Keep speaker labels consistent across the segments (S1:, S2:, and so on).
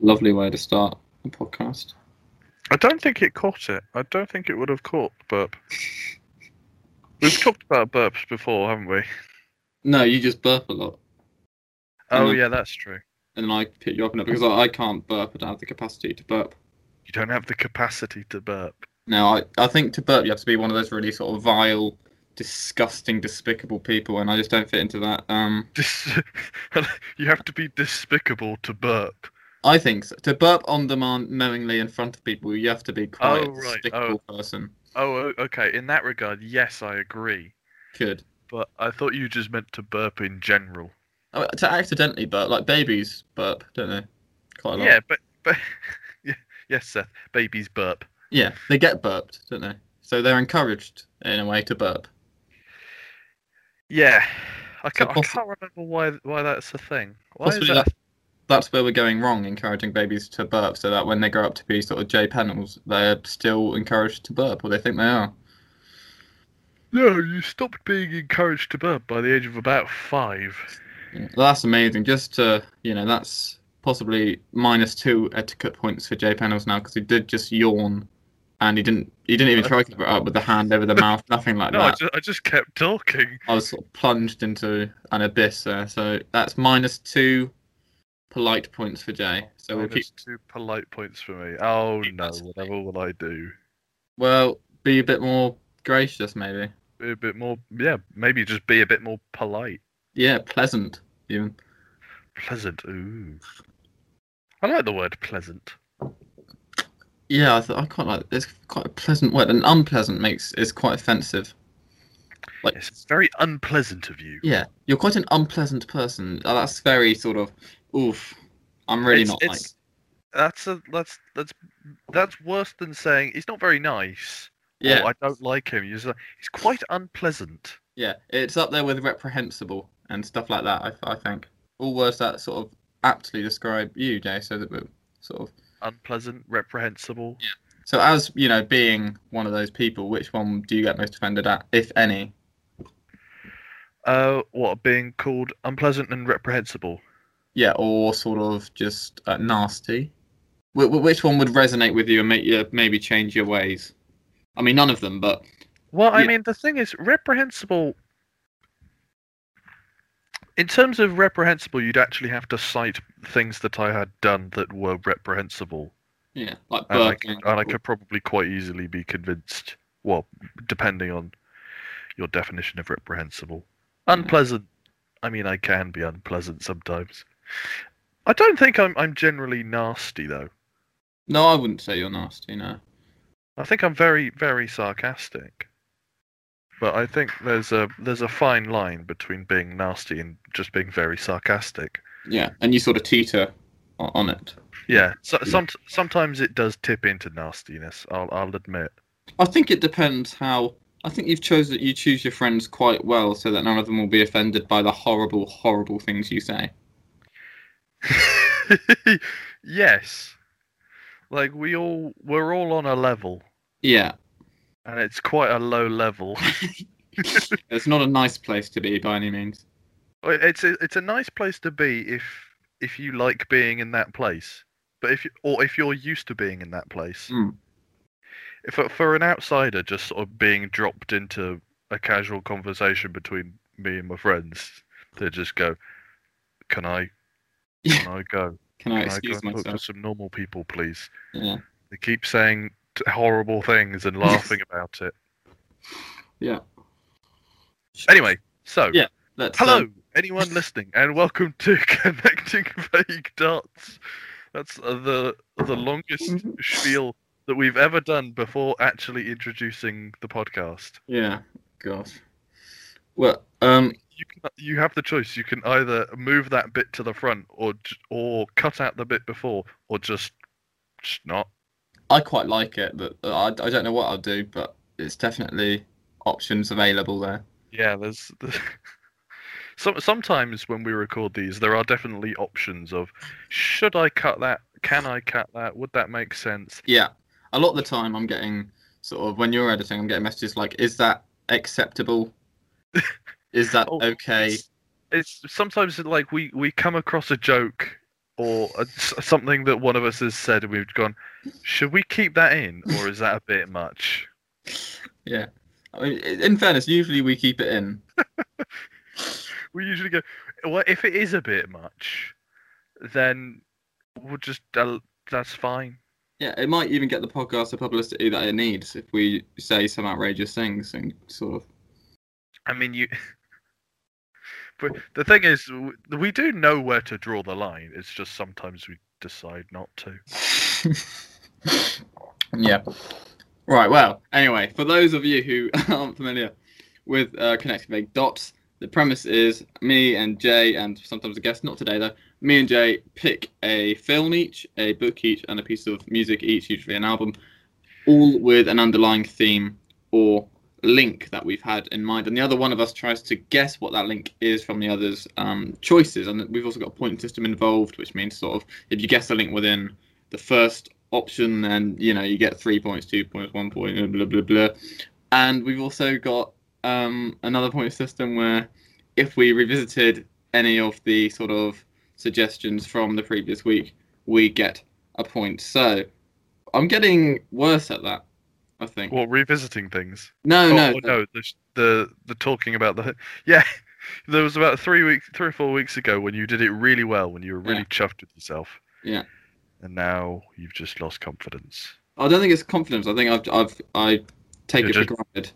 S1: lovely way to start a podcast.
S2: I don't think it caught it. I don't think it would have caught burp. We've talked about burps before, haven't we?
S1: No, you just burp a lot,
S2: Oh,
S1: Mhm.
S2: yeah, that's true.
S1: and then I pick you up on it because I, I can't burp. I don't have the capacity to burp.
S2: You don't have the capacity to burp.
S1: No, I, I think to burp you have to be one of those really sort of vile, disgusting, despicable people, and I just don't fit into that. Um,
S2: Dis- you have to be despicable to burp.
S1: I think so. to burp on demand, knowingly in front of people, you have to be quite
S2: Oh,
S1: a
S2: right.
S1: despicable person.
S2: Oh, o- okay. In that regard, yes, I agree.
S1: Good.
S2: But I thought you just meant to burp in general.
S1: Oh, to accidentally burp, like babies burp, don't they? Quite a lot.
S2: Yeah, but but yeah, yes, Seth. Babies burp.
S1: Yeah, they get burped, don't they? So they're encouraged in a way to burp.
S2: Yeah, I can't, I
S1: possi-
S2: can't remember why why that's a thing. Why is
S1: Possibly
S2: that?
S1: that, that's where we're going wrong, encouraging babies to burp, so that when they grow up to be sort of J panels, they're still encouraged to burp, or they think they are.
S2: No, you stopped being encouraged to burp by the age of about five.
S1: Yeah, That's amazing. Just to, you know, that's possibly minus two etiquette points for J panels now because he did just yawn, and he didn't he didn't even try to cover it up with the hand over the mouth, nothing like
S2: No, I
S1: that.
S2: just, I just kept talking.
S1: I was sort of plunged into an abyss there. So that's minus two polite points for Jay. So we'll keep.
S2: Minus two polite points for me. Oh
S1: Keep
S2: no,
S1: us-
S2: whatever will I do?
S1: Well, be a bit more gracious, maybe.
S2: Be a bit more. Yeah, maybe just be a bit more polite,
S1: Yeah, pleasant even.
S2: pleasant. Ooh, I like the word pleasant.
S1: Yeah, I, th- I quite like. It's quite a pleasant word, and unpleasant makes is quite offensive. Like-
S2: Yes, it's very unpleasant of you.
S1: Yeah, you're quite an unpleasant person. Uh, That's very sort of, oof. I'm really
S2: It's-
S1: not like.
S2: it's- That's a that's that's that's worse than saying he's not very nice. or
S1: Yeah,
S2: oh, I don't like him. He's, like, he's quite unpleasant.
S1: yeah. It's up there with reprehensible and stuff like that. I, I think all words that sort of aptly describe you, Jay. So that we're sort of.
S2: Unpleasant, reprehensible.
S1: So as you know, being one of those people, which one do you get most offended at, if any?
S2: Uh, what being called unpleasant and reprehensible?
S1: Yeah, or sort of just uh, nasty. Wh- wh- which one would resonate with you and make you maybe change your ways? I mean, none of them, but
S2: Well, I
S1: Yeah.
S2: mean, the thing is, reprehensible. In terms of reprehensible, you'd actually have to cite things that I had done that were reprehensible,
S1: yeah, like
S2: and, I,
S1: burping.
S2: could, and I could probably quite easily be convinced. Well, depending on your definition of reprehensible, unpleasant. I mean, I can be unpleasant sometimes. I don't think I'm. I'm generally nasty though.
S1: No, I wouldn't say you're nasty. No.
S2: I think I'm very, very sarcastic. But I think there's a there's a fine line between being nasty and just being very sarcastic.
S1: Yeah, and you sort of teeter o- on it.
S2: Yeah, so, some, sometimes it does tip into nastiness. I'll I'll admit.
S1: I think it depends how. I think you've chosen you choose your friends quite well so that none of them will be offended by the horrible, horrible things you say.
S2: yes, like we all we're all on a level,
S1: Yeah,
S2: and it's quite a low level.
S1: it's not a nice place to be by any means.
S2: Well, It's a, it's a nice place to be if if you like being in that place, but if you, or if you're used to being in that place.
S1: Mm.
S2: If for- for an outsider, just sort of being dropped into a casual conversation between me and my friends, they just go, "Can I?
S1: Yeah.
S2: Can I go?
S1: Can I
S2: Can I go
S1: excuse
S2: and talk to
S1: myself?
S2: some normal people, please?"
S1: Yeah,
S2: They keep saying t- horrible things and laughing about it.
S1: yeah.
S2: Anyway, so
S1: Yeah. Let's,
S2: Hello,
S1: um,
S2: anyone listening, and welcome to Connecting Vague Dots. That's uh, the the longest spiel that we've ever done before actually introducing the podcast.
S1: yeah. Gosh. Well, um,
S2: You can, Uh, you have the choice. You can either move that bit to the front, or j- or cut out the bit before, or just just not.
S1: I quite like it, but uh, I, I don't know what I'll do, but it's definitely options available there.
S2: Yeah, there's. there's... Some, sometimes when we record these, there are definitely options of should I cut that? Can I cut that? Would that make sense?
S1: Yeah. A lot of the time I'm getting sort of when you're editing, I'm getting messages like, is that acceptable? is that
S2: Oh,
S1: okay?
S2: it's, it's sometimes like we we come across a joke or a, s- something that one of us has said, and we've gone, should we keep that in, or is that a bit much?
S1: Yeah. I mean, i- in fairness, usually we keep it in.
S2: We usually go, well, if it is a bit much, then we'll just uh, that's fine.
S1: Yeah, it might even get the podcast the publicity that it needs if we say some outrageous things and sort of.
S2: I mean, you. But the thing is, w- we do know where to draw the line. It's just sometimes we decide not to.
S1: yeah. Right. Well, anyway, for those of you who aren't familiar with uh, connecting big dots, the premise is me and Jay, and sometimes a guest, not today though. Me and Jay pick a film each, a book each, and a piece of music each, usually an album, all with an underlying theme or link that we've had in mind. And the other one of us tries to guess what that link is from the other's um, choices. And we've also got a point system involved, which means sort of if you guess a link within the first option, then you know you get three points, two points, one point, blah blah blah. blah. And we've also got um, another point system where if we revisited any of the sort of suggestions from the previous week, we get a point. So I'm getting worse at that. I think.
S2: Well, revisiting things.
S1: no,
S2: Oh,
S1: no,
S2: oh, no, the, the the talking about the yeah. There was about three weeks, three or four weeks ago when you did it really well, when you were really
S1: Yeah.
S2: chuffed with yourself.
S1: Yeah.
S2: And now you've just lost confidence.
S1: I don't think it's confidence. I think I've I've I take
S2: You're
S1: it for granted.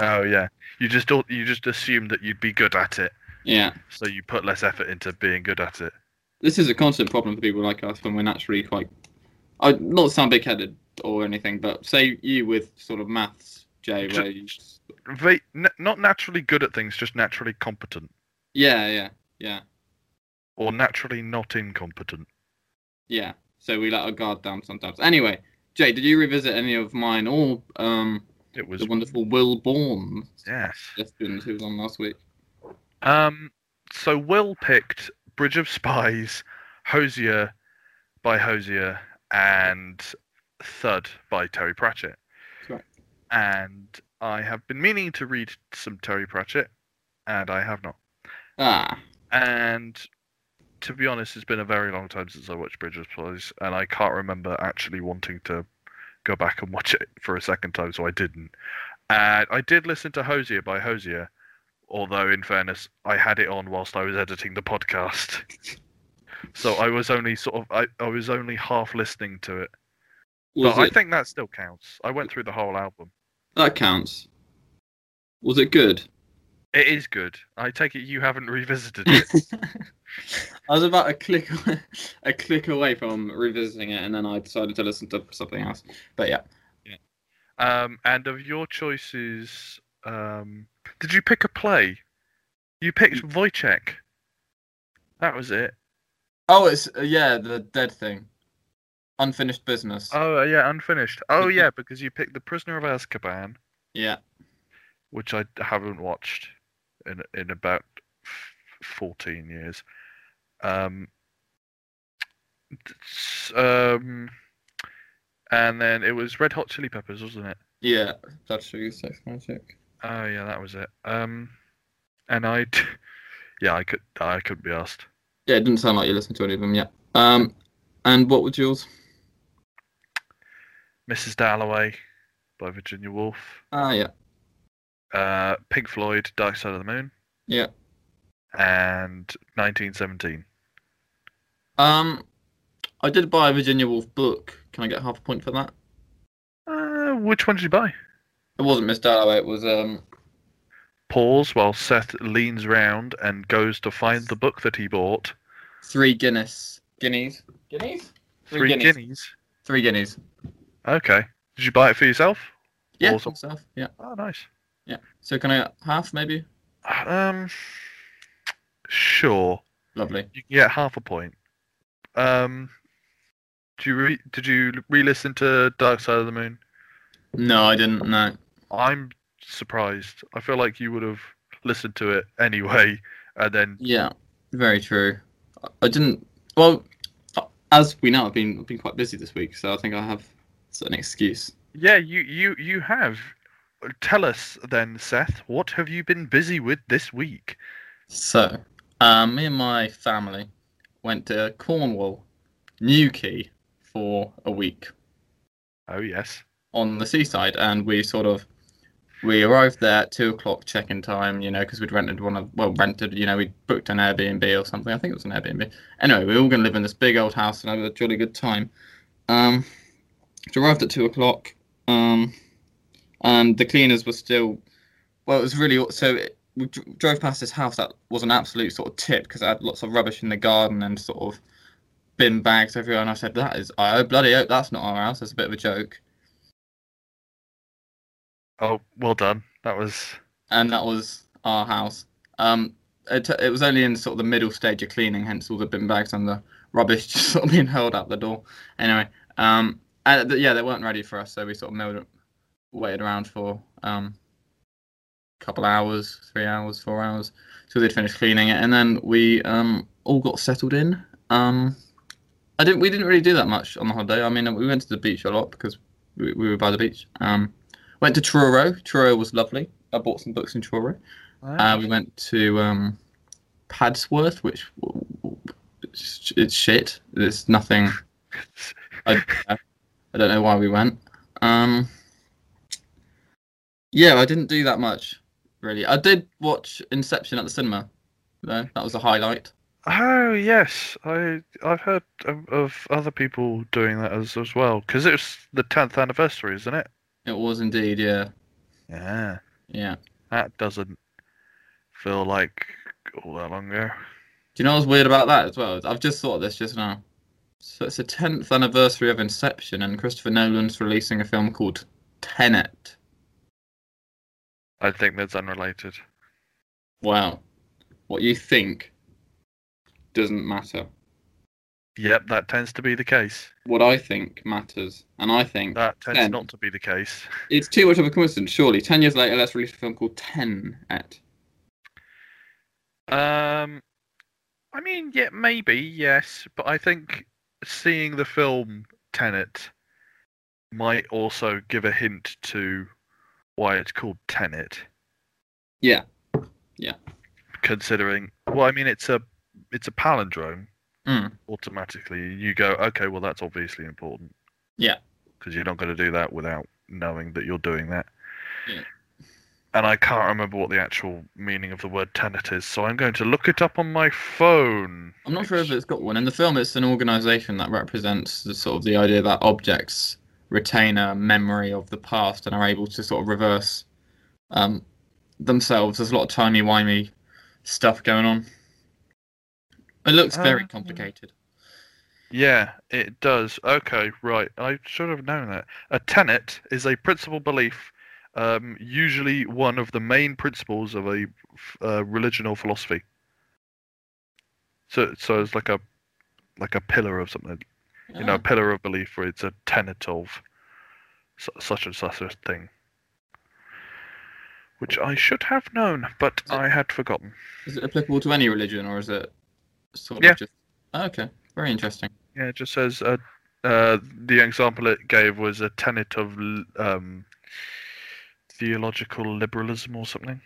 S2: Oh yeah, you just don't, you just assumed that you'd be good at it,
S1: Yeah.
S2: so you put less effort into being good at it.
S1: this is a constant problem for people like us when we're naturally quite I not to sound big headed or anything, but say you with sort of maths, Jay, where you,
S2: Ve- n- not naturally good at things, just naturally competent
S1: Yeah, yeah, yeah,
S2: or naturally not incompetent.
S1: yeah. So we let our guard down sometimes. Anyway, Jay, did you revisit any of mine or um
S2: It was
S1: the wonderful Will Bourne
S2: yes.
S1: suggestions who was on last week?
S2: Um, so Will picked Bridge of Spies, Hosier by Hosier, and Thud by Terry Pratchett.
S1: Correct.
S2: And I have been meaning to read some Terry Pratchett, and I have not.
S1: Ah.
S2: And to be honest, it's been a very long time since I watched Bridge of Spies, and I can't remember actually wanting to go back and watch it for a second time, so I didn't. And I did listen to Hosier by Hosier, although in fairness, I had it on whilst I was editing the podcast. So I was only sort of I, I was only half listening to it.
S1: Was
S2: but I
S1: it,
S2: think that still counts. I went through the whole album.
S1: that counts. Was it good?
S2: It is good. I take it you haven't revisited it.
S1: I was about a click a click away from revisiting it and then I decided to listen to something else. But yeah.
S2: Um, and of your choices, um, did you pick a play? You picked Wojciech. That was it.
S1: Oh, it's uh, yeah, the dead thing, unfinished business.
S2: Oh uh, yeah, unfinished. Oh yeah, because you picked The Prisoner of Azkaban,
S1: yeah,
S2: which I haven't watched in in about f- fourteen years. Um, it's, um, and then it was Red Hot Chili Peppers, wasn't it?
S1: yeah, blood sugar, sex magic.
S2: Oh yeah, that was it. Um, and I, d- yeah, I could I couldn't be asked.
S1: Yeah, it didn't sound like you listened to any of them yet. Um, and what was yours?
S2: Mrs. Dalloway by Virginia Woolf,
S1: Ah, yeah,
S2: uh, Pink Floyd, Dark Side of the Moon,
S1: yeah.
S2: and 1917.
S1: Um, I did buy a Virginia Woolf book. Can I get half a point for that?
S2: Uh, which one did you buy?
S1: It wasn't Miss Dalloway. It was um.
S2: Pause while Seth leans round and goes to find the book that he bought.
S1: Three Guinness guineas. Guineas. Three
S2: Three,
S1: guineas.
S2: guineas.
S1: Three guineas.
S2: Okay. Did you buy it for yourself?
S1: Yeah,
S2: Awesome.
S1: myself. Yeah.
S2: Oh, nice.
S1: So can I get half maybe?
S2: Um, sure.
S1: Lovely.
S2: You can get half a point. Um, did you re- did you re-listen to Dark Side of the Moon?
S1: No, I didn't. No.
S2: I'm surprised. I feel like you would have listened to it anyway, and then
S1: Yeah, very true. I- I didn't. Well, as we know, I've been I've been quite busy this week, so I think I have sort of an excuse.
S2: yeah, you you you have. Tell us then, Seth, what have you been busy with this week?
S1: uh, So, um, me and my family went to Cornwall, Newquay, for a week
S2: Oh yes.
S1: on the seaside, and we sort of we arrived there at two o'clock check-in time, you know, because we'd rented one of well rented, you know, we booked an Airbnb or something. I think it was an Airbnb. Anyway, we were all gonna live in this big old house and have a jolly good time. Um, so arrived at two o'clock, um, and the cleaners were still. Well, it was really so. It, we dr- drove past this house that was an absolute sort of tip because it had lots of rubbish in the garden and sort of bin bags everywhere. And I said, "That is, I bloody hope that's not our house." That's a bit of a joke.
S2: Oh, well done. That was
S1: and that was our house. Um, it, it was only in sort of the middle stage of cleaning, hence all the bin bags and the rubbish just sort of being hurled out the door. Anyway, um, and th- yeah, they weren't ready for us, so we sort of milled, waited around for um, a couple hours, three hours, four hours, till they'd finished cleaning it, and then we um, all got settled in. Um, I didn't. We didn't really do that much on the holiday. I mean, we went to the beach a lot because we, we were by the beach. Um, went to Truro. Truro was lovely. I bought some books in Truro. Uh, we went to um, Padsworth, which w- w- it's it's shit. There's nothing. I, I don't know why we went. Um, yeah, I didn't do that much really. I did watch Inception at the cinema. Though that was a highlight.
S2: Oh yes, I I've heard of, of other people doing that as as well because it's the tenth anniversary, isn't it?
S1: It was indeed. Yeah,
S2: Yeah,
S1: yeah.
S2: that doesn't feel like all that long ago.
S1: Do you know what's weird about that as well? I've just thought of this just now. So it's the tenth anniversary of Inception, and Christopher Nolan's releasing a film called Tenet.
S2: I think that's unrelated.
S1: Wow. What you think doesn't matter.
S2: Yep, that tends to be the case.
S1: What I think matters. And I think
S2: That tends
S1: Ten.
S2: not to be the case.
S1: it's too much of a coincidence, surely. Ten years later, let's release a film called Ten at.
S2: Um, I mean, yeah, maybe yes, but I think seeing the film Tenet might also give a hint to why it's called Tenet.
S1: Yeah. Yeah.
S2: Considering, well, I mean, it's a it's a palindrome
S1: Mm.
S2: automatically. You go, okay, well, that's obviously important.
S1: Yeah.
S2: Because you're not going to do that without knowing that you're doing that.
S1: Yeah.
S2: And I can't remember what the actual meaning of the word tenet is, so I'm going to look it up on my phone.
S1: I'm not sure if it's got one. In the film, it's an organization that represents the sort of the idea that objects retain a memory of the past and are able to sort of reverse um, themselves. There's a lot of timey wimey stuff going on. It looks very
S2: Um,
S1: complicated.
S2: Yeah, it does. Okay, right. I should have known that. A tenet is a principal belief, um, usually one of the main principles of a f- uh, religion or philosophy. So, so it's like a like a pillar of something. You
S1: Oh.
S2: know, a pillar of belief, or it's a tenet of su- such and such a thing. Which I should have known, but
S1: Is it-
S2: I had forgotten.
S1: Is it applicable to any religion, or is it sort
S2: Yeah.
S1: of just? Oh, okay, very interesting.
S2: Yeah, it just says uh, uh, the example it gave was a tenet of l- um, theological liberalism or something.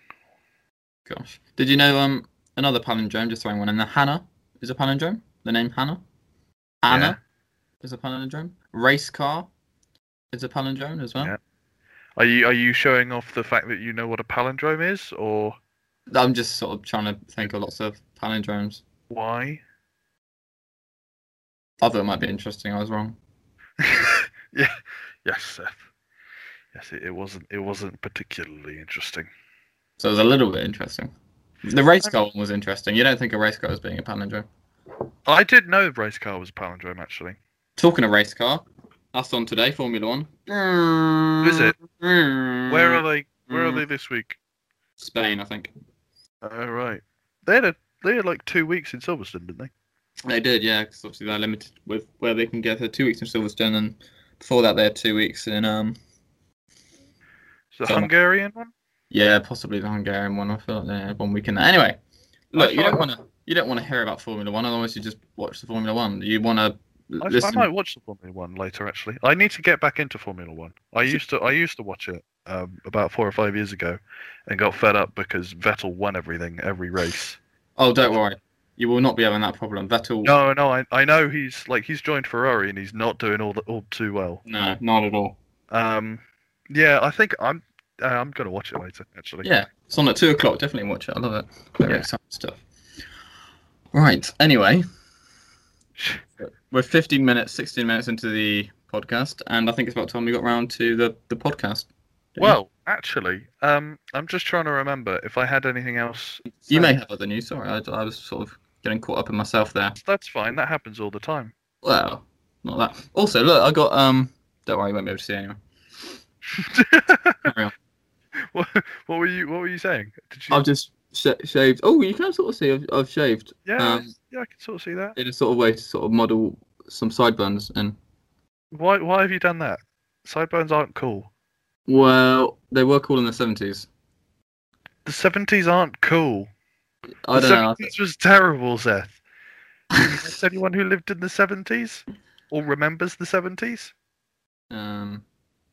S1: Gosh, did you know um another palindrome? Just throwing one in there. Hannah is a palindrome. The name Hannah. Anna is a palindrome. Race car is a palindrome as well.
S2: Yeah. Are you are you showing off the fact that you know what a palindrome is, or
S1: I'm just sort of trying to think of lots of palindromes.
S2: why?
S1: I thought it might be interesting. I was wrong.
S2: yeah, yes, Seth. Yes, it, it wasn't it wasn't particularly interesting.
S1: So it was a little bit interesting. The race car one was interesting. You don't think a race car as being a palindrome.
S2: I did know race car was a palindrome actually.
S1: Talking of race car, that's on today, Formula One.
S2: Is it? Where are
S1: Where
S2: they? Where are
S1: Mm.
S2: they this week?
S1: Spain, I think.
S2: Oh right, they had a, they had like two weeks in Silverstone, didn't they?
S1: They did, yeah, because obviously they're limited with where they can get. They're two weeks in Silverstone, and before that they had two weeks in, um,
S2: It's the
S1: Some-
S2: Hungarian one.
S1: yeah, possibly the Hungarian one. I feel like they had one week in there. Anyway, look, you don't want to you don't want to hear about Formula One, otherwise you just watch the Formula One. You want to
S2: I, I
S1: listen.
S2: might watch the Formula One later. Actually, I need to get back into Formula One. I used to I used to watch it um, about four or five years ago, and got fed up because Vettel won everything every race.
S1: Oh, don't worry. You will not be having that problem. That'll
S2: No, no, I, I know he's like he's joined Ferrari and he's not doing all the, all too well.
S1: no, not at all.
S2: Um, yeah, I think I'm uh, I'm gonna watch it later actually.
S1: Yeah, it's on at two o'clock. Definitely watch it. I love it. Very
S2: Yeah.
S1: exciting stuff. Right. Anyway, we're 15 minutes, 16 minutes into the podcast, and I think it's about time we got round to the the podcast.
S2: Well, actually, um, I'm just trying to remember if I had anything else.
S1: you may have other news. Sorry, I, I was sort of getting caught up in myself there.
S2: That's fine. That happens all the time.
S1: Well, not that. Also, look, I got um. Don't worry, you won't be able to see anyway. Carry on.
S2: what, what were you What were you saying? Did you?
S1: I've just sh- shaved. Oh, you can sort of see I've, I've shaved.
S2: yeah,
S1: um,
S2: yeah, I can sort of see that.
S1: in a sort of way to sort of model some sideburns and
S2: Why Why have you done that? Sideburns aren't cool.
S1: well they were cool in the 70s
S2: The seventies aren't cool.
S1: i
S2: the
S1: don't know I think-
S2: seventies was terrible, Seth. Is there anyone who lived in the seventies or remembers the seventies?
S1: um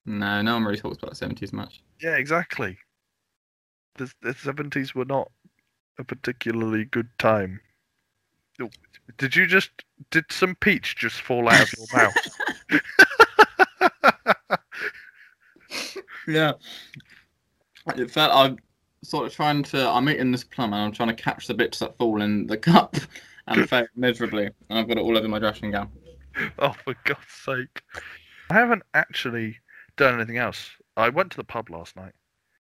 S1: no no one really talks about the 70s much
S2: Yeah, exactly. The the seventies were not a particularly good time. Oh, Did you just did some peach just fall out of your mouth?
S1: yeah it felt i'm sort of trying to i'm eating this plum and i'm trying to catch the bits that fall in the cup and fail miserably and i've got it all over my dressing gown
S2: oh, for God's sake! I haven't actually done anything else. I went to the pub last night.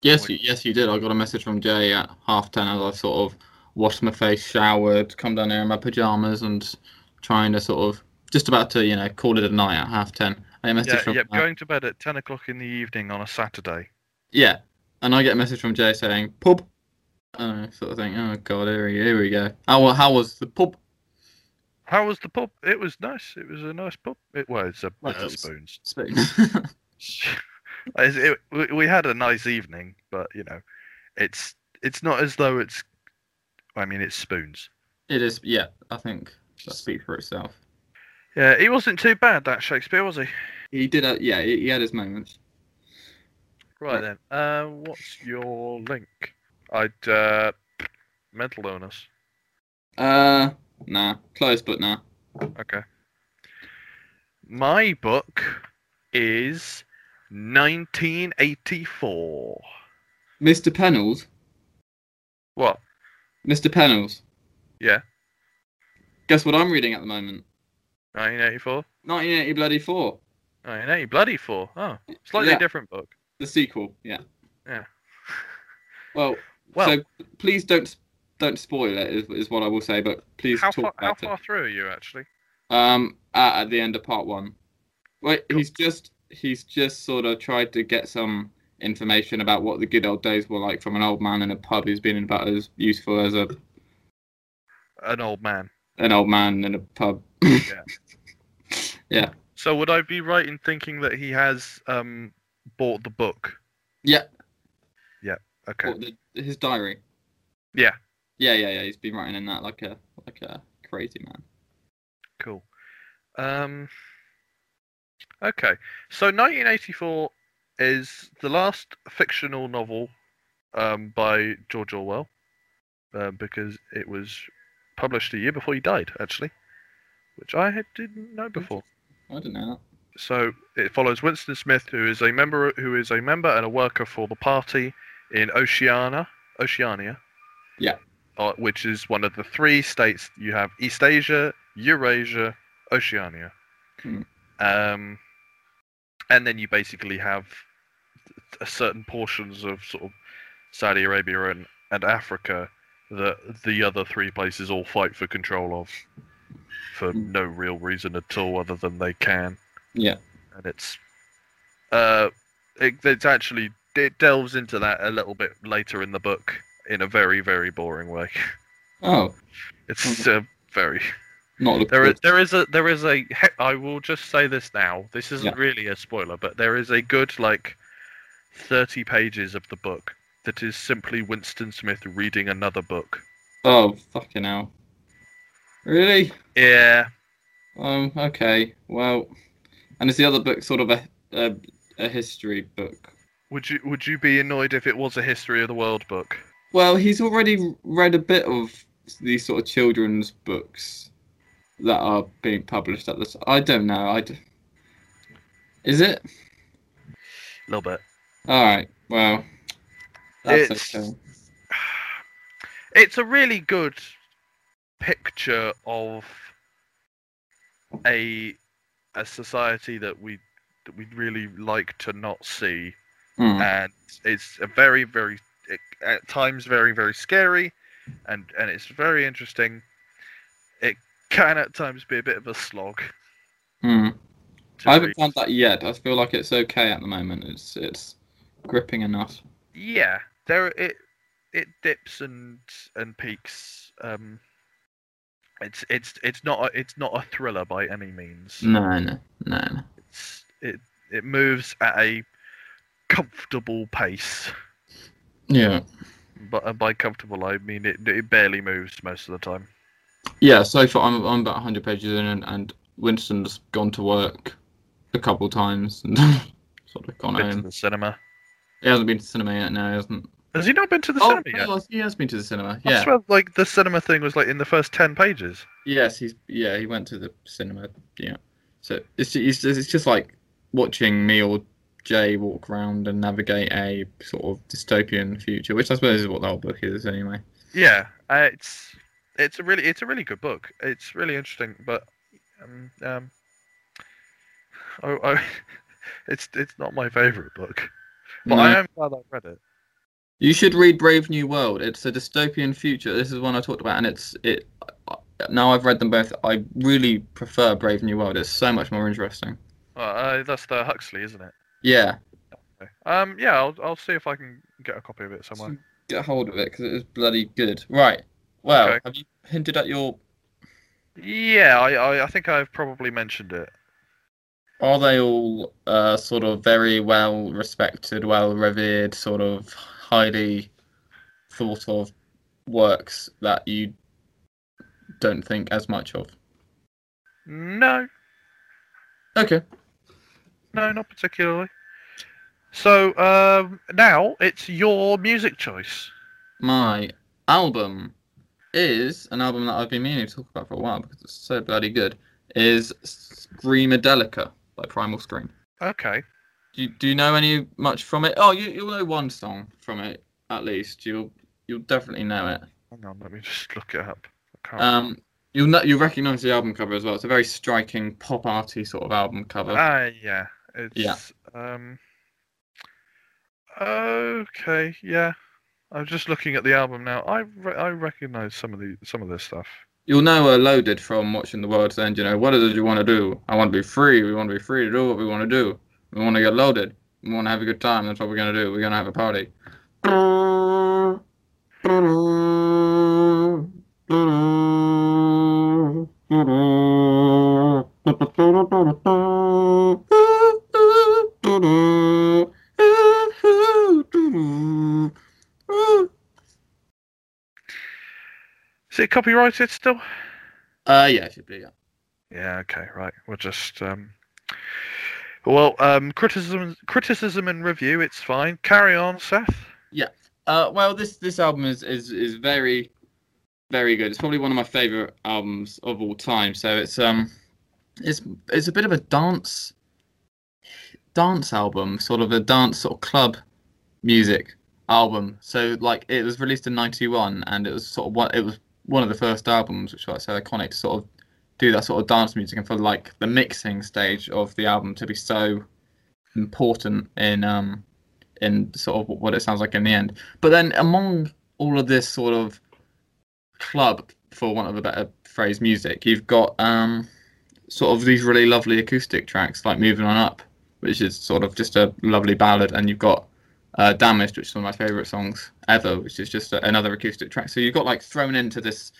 S1: yes you, yes you did i got a message from jay at half 10 as i sort of washed my face showered come down here in my pajamas and trying to sort of just about to you know call it a night at half 10 and a message
S2: Yeah,
S1: from
S2: yep.
S1: uh,
S2: Going to bed at ten o'clock in the evening on a Saturday.
S1: Yeah, and I get a message from Jay saying pub, and I sort of think, oh god, here we, here we go. How wa- how was the pub?
S2: How was the pub? It was nice. It was a nice pub. It was a
S1: Well,
S2: it's a
S1: it's-
S2: spoons.
S1: Spoon.
S2: As it- we- we had a nice evening, but you know, it's it's not as though it's. I mean, it's spoons.
S1: it is, yeah. I think that speaks for itself.
S2: Yeah, he wasn't too bad that Shakespeare, was he?
S1: He did, a, yeah. He, he had his moments.
S2: Right then, uh, what's your link? I'd uh, mental illness.
S1: Uh, nah, close, but nah.
S2: Okay. My book is 1984.
S1: Mr. Pennells,
S2: What?
S1: Mr. Pennells.
S2: Yeah.
S1: Guess what I'm reading at the moment?
S2: 1984.
S1: 1980 bloody four,
S2: 1980 bloody four. Oh, slightly
S1: Yeah.
S2: different book.
S1: the sequel. Yeah.
S2: Yeah.
S1: Well,
S2: Well,
S1: so please don't don't spoil it is, is what I will say, but please
S2: how
S1: talk
S2: far how
S1: about it.
S2: far through are you actually?
S1: Um, at, at the end of part one. Wait,
S2: Cool.
S1: he's just he's just sort of tried to get some information about what the good old days were like from an old man in a pub who's been about as useful as a
S2: An old man.
S1: an old man in a pub.
S2: So would I be right in thinking that he has um bought the book?
S1: Yeah,
S2: Okay.
S1: or the, his diary.
S2: Yeah.
S1: Yeah, yeah, yeah. He's been writing in that like a like a crazy man.
S2: Cool. Um, okay, so 1984 is the last fictional novel um, by George Orwell uh, because it was published a year before he died, actually, which I had, didn't know before.
S1: I didn't know
S2: So it follows Winston Smith, who is a member, who is a member and a worker for the party in Oceania, Oceania.
S1: Yeah.
S2: uh, which is one of the three states you have: East Asia, Eurasia, Oceania.
S1: Hmm.
S2: Um, and then you basically have a certain portions of sort of Saudi Arabia and, and Africa that the other three places all fight for control of for
S1: Hmm.
S2: no real reason at all other than they can
S1: Yeah.
S2: and it's uh it, it's actually it delves into that a little bit later in the book in a very very boring way
S1: that. Oh,
S2: it's uh, very
S1: not look
S2: there is
S1: good.
S2: there is a there is a he- i will just say this now this isn't really a spoiler but there is a good like 30 pages of the book that is simply winston smith reading another book
S1: Oh, fucking hell. Really?
S2: yeah
S1: Um. Okay. Well, and is the other book sort of a a, a history book?
S2: would you would you be annoyed if it was a history of the world book
S1: Well, he's already read a bit of these sort of children's books that are being published at this. I don't know. I d- is it?
S2: A little bit.
S1: All right. Well, that's
S2: It's-
S1: okay.
S2: It's a really good picture of a a society that we that we'd really like to not see
S1: Hmm.
S2: and it's a very very it- at times very very scary and and it's very interesting it can at times be a bit of a slog
S1: Hmm.
S2: to
S1: I haven't
S2: read.
S1: found that yet. I feel like it's okay at the moment. It's it's gripping enough.
S2: yeah there it it dips and and peaks um it's it's it's not a, it's not a thriller by any means
S1: No, no, no. no.
S2: it's, it it moves at a comfortable pace
S1: Yeah.
S2: but and by comfortable i mean it, it barely moves most of the time
S1: Yeah, so far I'm I'm about 100 pages in, and, and Winston's gone to work a couple times and sort of gone
S2: been to
S1: home.
S2: the cinema
S1: He hasn't been to the cinema yet. No, he hasn't.
S2: Has he not been to the
S1: Oh,
S2: cinema yet?
S1: no, he has been to the cinema.
S2: I
S1: Yeah.
S2: swear, like the cinema thing was like in the first ten pages.
S1: Yes, he's yeah. He went to the cinema. Yeah. So it's it's just, it's just like watching me or Jay walk around and navigate a sort of dystopian future, which I suppose is what the whole book is anyway.
S2: Yeah, uh, it's it's a really it's a really good book. It's really interesting, but um, um I, I, it's it's not my favorite book. But I
S1: No.
S2: am glad I read it.
S1: Mm. You should read Brave New World. It's a dystopian future. This is one I talked about, and it's it. Now I've read them both. I really prefer Brave New World. It's so much more interesting.
S2: Uh, uh, that's the Huxley, isn't it?
S1: Yeah,
S2: Um, yeah, I'll I'll see if I can get a copy of it somewhere.
S1: get hold of it because it is bloody good. Right. Well,
S2: Okay.
S1: have you hinted at your?
S2: Yeah, I, I, I think I've probably mentioned it.
S1: Are they all uh, sort of very well respected, well revered, sort of highly thought of works that you don't think as much of?
S2: No,
S1: Okay.
S2: No, not particularly. So um, now it's your music choice.
S1: my album is an album that I've been meaning to talk about for a while because it's so bloody good. Is Screamadelica by Primal Scream.
S2: Okay.
S1: Do you, do you know any much from it? Oh, you you'll know one song from it at least. You'll you'll definitely know it.
S2: Hang on, let me just look it up. I can't-
S1: Um, you'll know, you'll recognise the album cover as well. It's a very striking pop arty sort of album cover.
S2: Ah, yeah. It's, Um. Okay. Yeah. I'm just looking at the album now. I re- I recognise some of the some of this stuff.
S1: You'll know uh, Loaded from Watching the World's End. You know, what is it you want to do? I want to be free. We want to be free to do what we want to do. We want to get loaded. We want to have a good time. That's what we're going to do. We're going to have a party.
S2: Is it copyrighted still?
S1: Uh, yeah, it should be. Yeah.
S2: Yeah. Okay. Right. We're just um. Well, um, criticism, criticism and review. It's fine. Carry on, Seth.
S1: Uh, well, this this album is, is is very, very good. It's probably one of my favorite albums of all time. So it's um, it's it's a bit of a dance, dance album, sort of a dance sort of club music album. So like it was released in '91, and it was sort of one it was one of the first albums, which was so iconic to sort of do that sort of dance music, and for like the mixing stage of the album to be so important in um in sort of what it sounds like in the end. But then among all of this sort of club, for want of a better phrase, music, you've got um, sort of these really lovely acoustic tracks like "Moving On Up," which is sort of just a lovely ballad, and you've got uh, "Damaged," which is one of my favourite songs ever, which is just a, another acoustic track. So you've got like thrown into this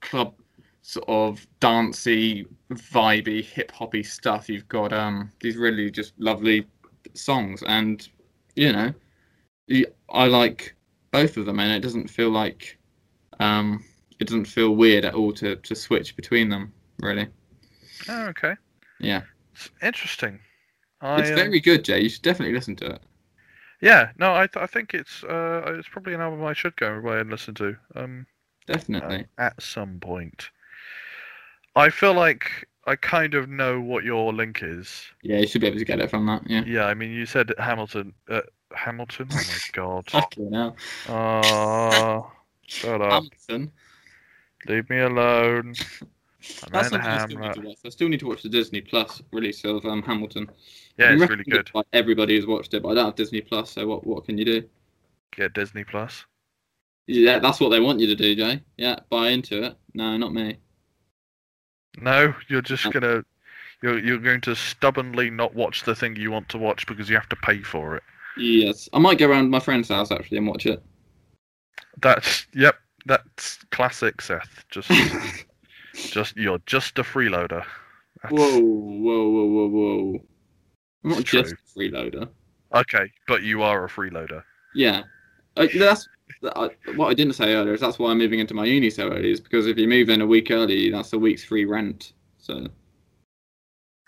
S1: club sort of dancey, vibey, hip hoppy stuff. You've got um, these really just lovely songs, and you know, y- I like both of them, and it doesn't feel like um, it doesn't feel weird at all to, to switch between them. Really,
S2: Oh, okay.
S1: Yeah.
S2: It's interesting. I,
S1: it's
S2: um,
S1: very good, Jay. You should definitely listen to it.
S2: Yeah, no, I th- I think it's uh it's probably an album I should go away and listen to. Um,
S1: Definitely.
S2: at some point. I feel like I kind of know what your link is.
S1: Yeah, you should be able to get it from that. Yeah.
S2: Yeah, I mean, you said Hamilton. Uh, Hamilton? Oh my god.
S1: Fucking hell.
S2: Ah, shut up.
S1: Hamilton.
S2: Leave me alone. I'm
S1: That's
S2: in
S1: something I still need
S2: Hamlet.
S1: to watch. I still need to watch the Disney Plus release of um, Hamilton.
S2: Yeah,
S1: Been
S2: it's really
S1: recommended
S2: good.
S1: by everybody who's watched it, but I don't have Disney Plus, so what, what can you do?
S2: Get Disney Plus.
S1: Yeah, that's what they want you to do, Jay. Yeah, buy into it. No, not me.
S2: No, you're just
S1: Um,
S2: gonna. You're, you're going to stubbornly not watch the thing you want to watch because you have to pay for it.
S1: Yes, I might go around my friend's house actually and watch it.
S2: That's yep. That's classic Seth. Just, just you're just a freeloader. That's-
S1: whoa, whoa, whoa, whoa, whoa! I'm not
S2: It's
S1: just a freeloader.
S2: Okay, but you are a freeloader.
S1: Yeah, I, that's that- I, what I didn't say earlier. Is that's why I'm moving into my uni so early. Is because if you move in a week early, that's a week's free rent. So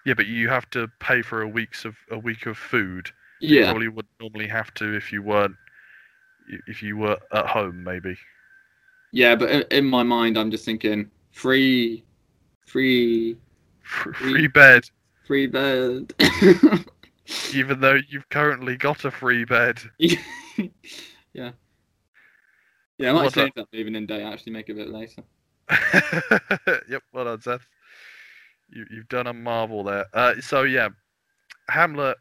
S2: Yeah, but you have to pay for a week's of a week of food. You
S1: yeah,
S2: probably would normally have to if you weren't if you were at home maybe.
S1: yeah. But in, in my mind, I'm just thinking free, free,
S2: Fr-
S1: Free-
S2: Free bed,
S1: free bed.
S2: even though you've currently got a free bed.
S1: yeah. Yeah, I might
S2: What's
S1: change that moving in day. Actually, make it a bit later.
S2: yep, well done, Seth. You, you've done a marvel there. Uh, so yeah, Hamlet,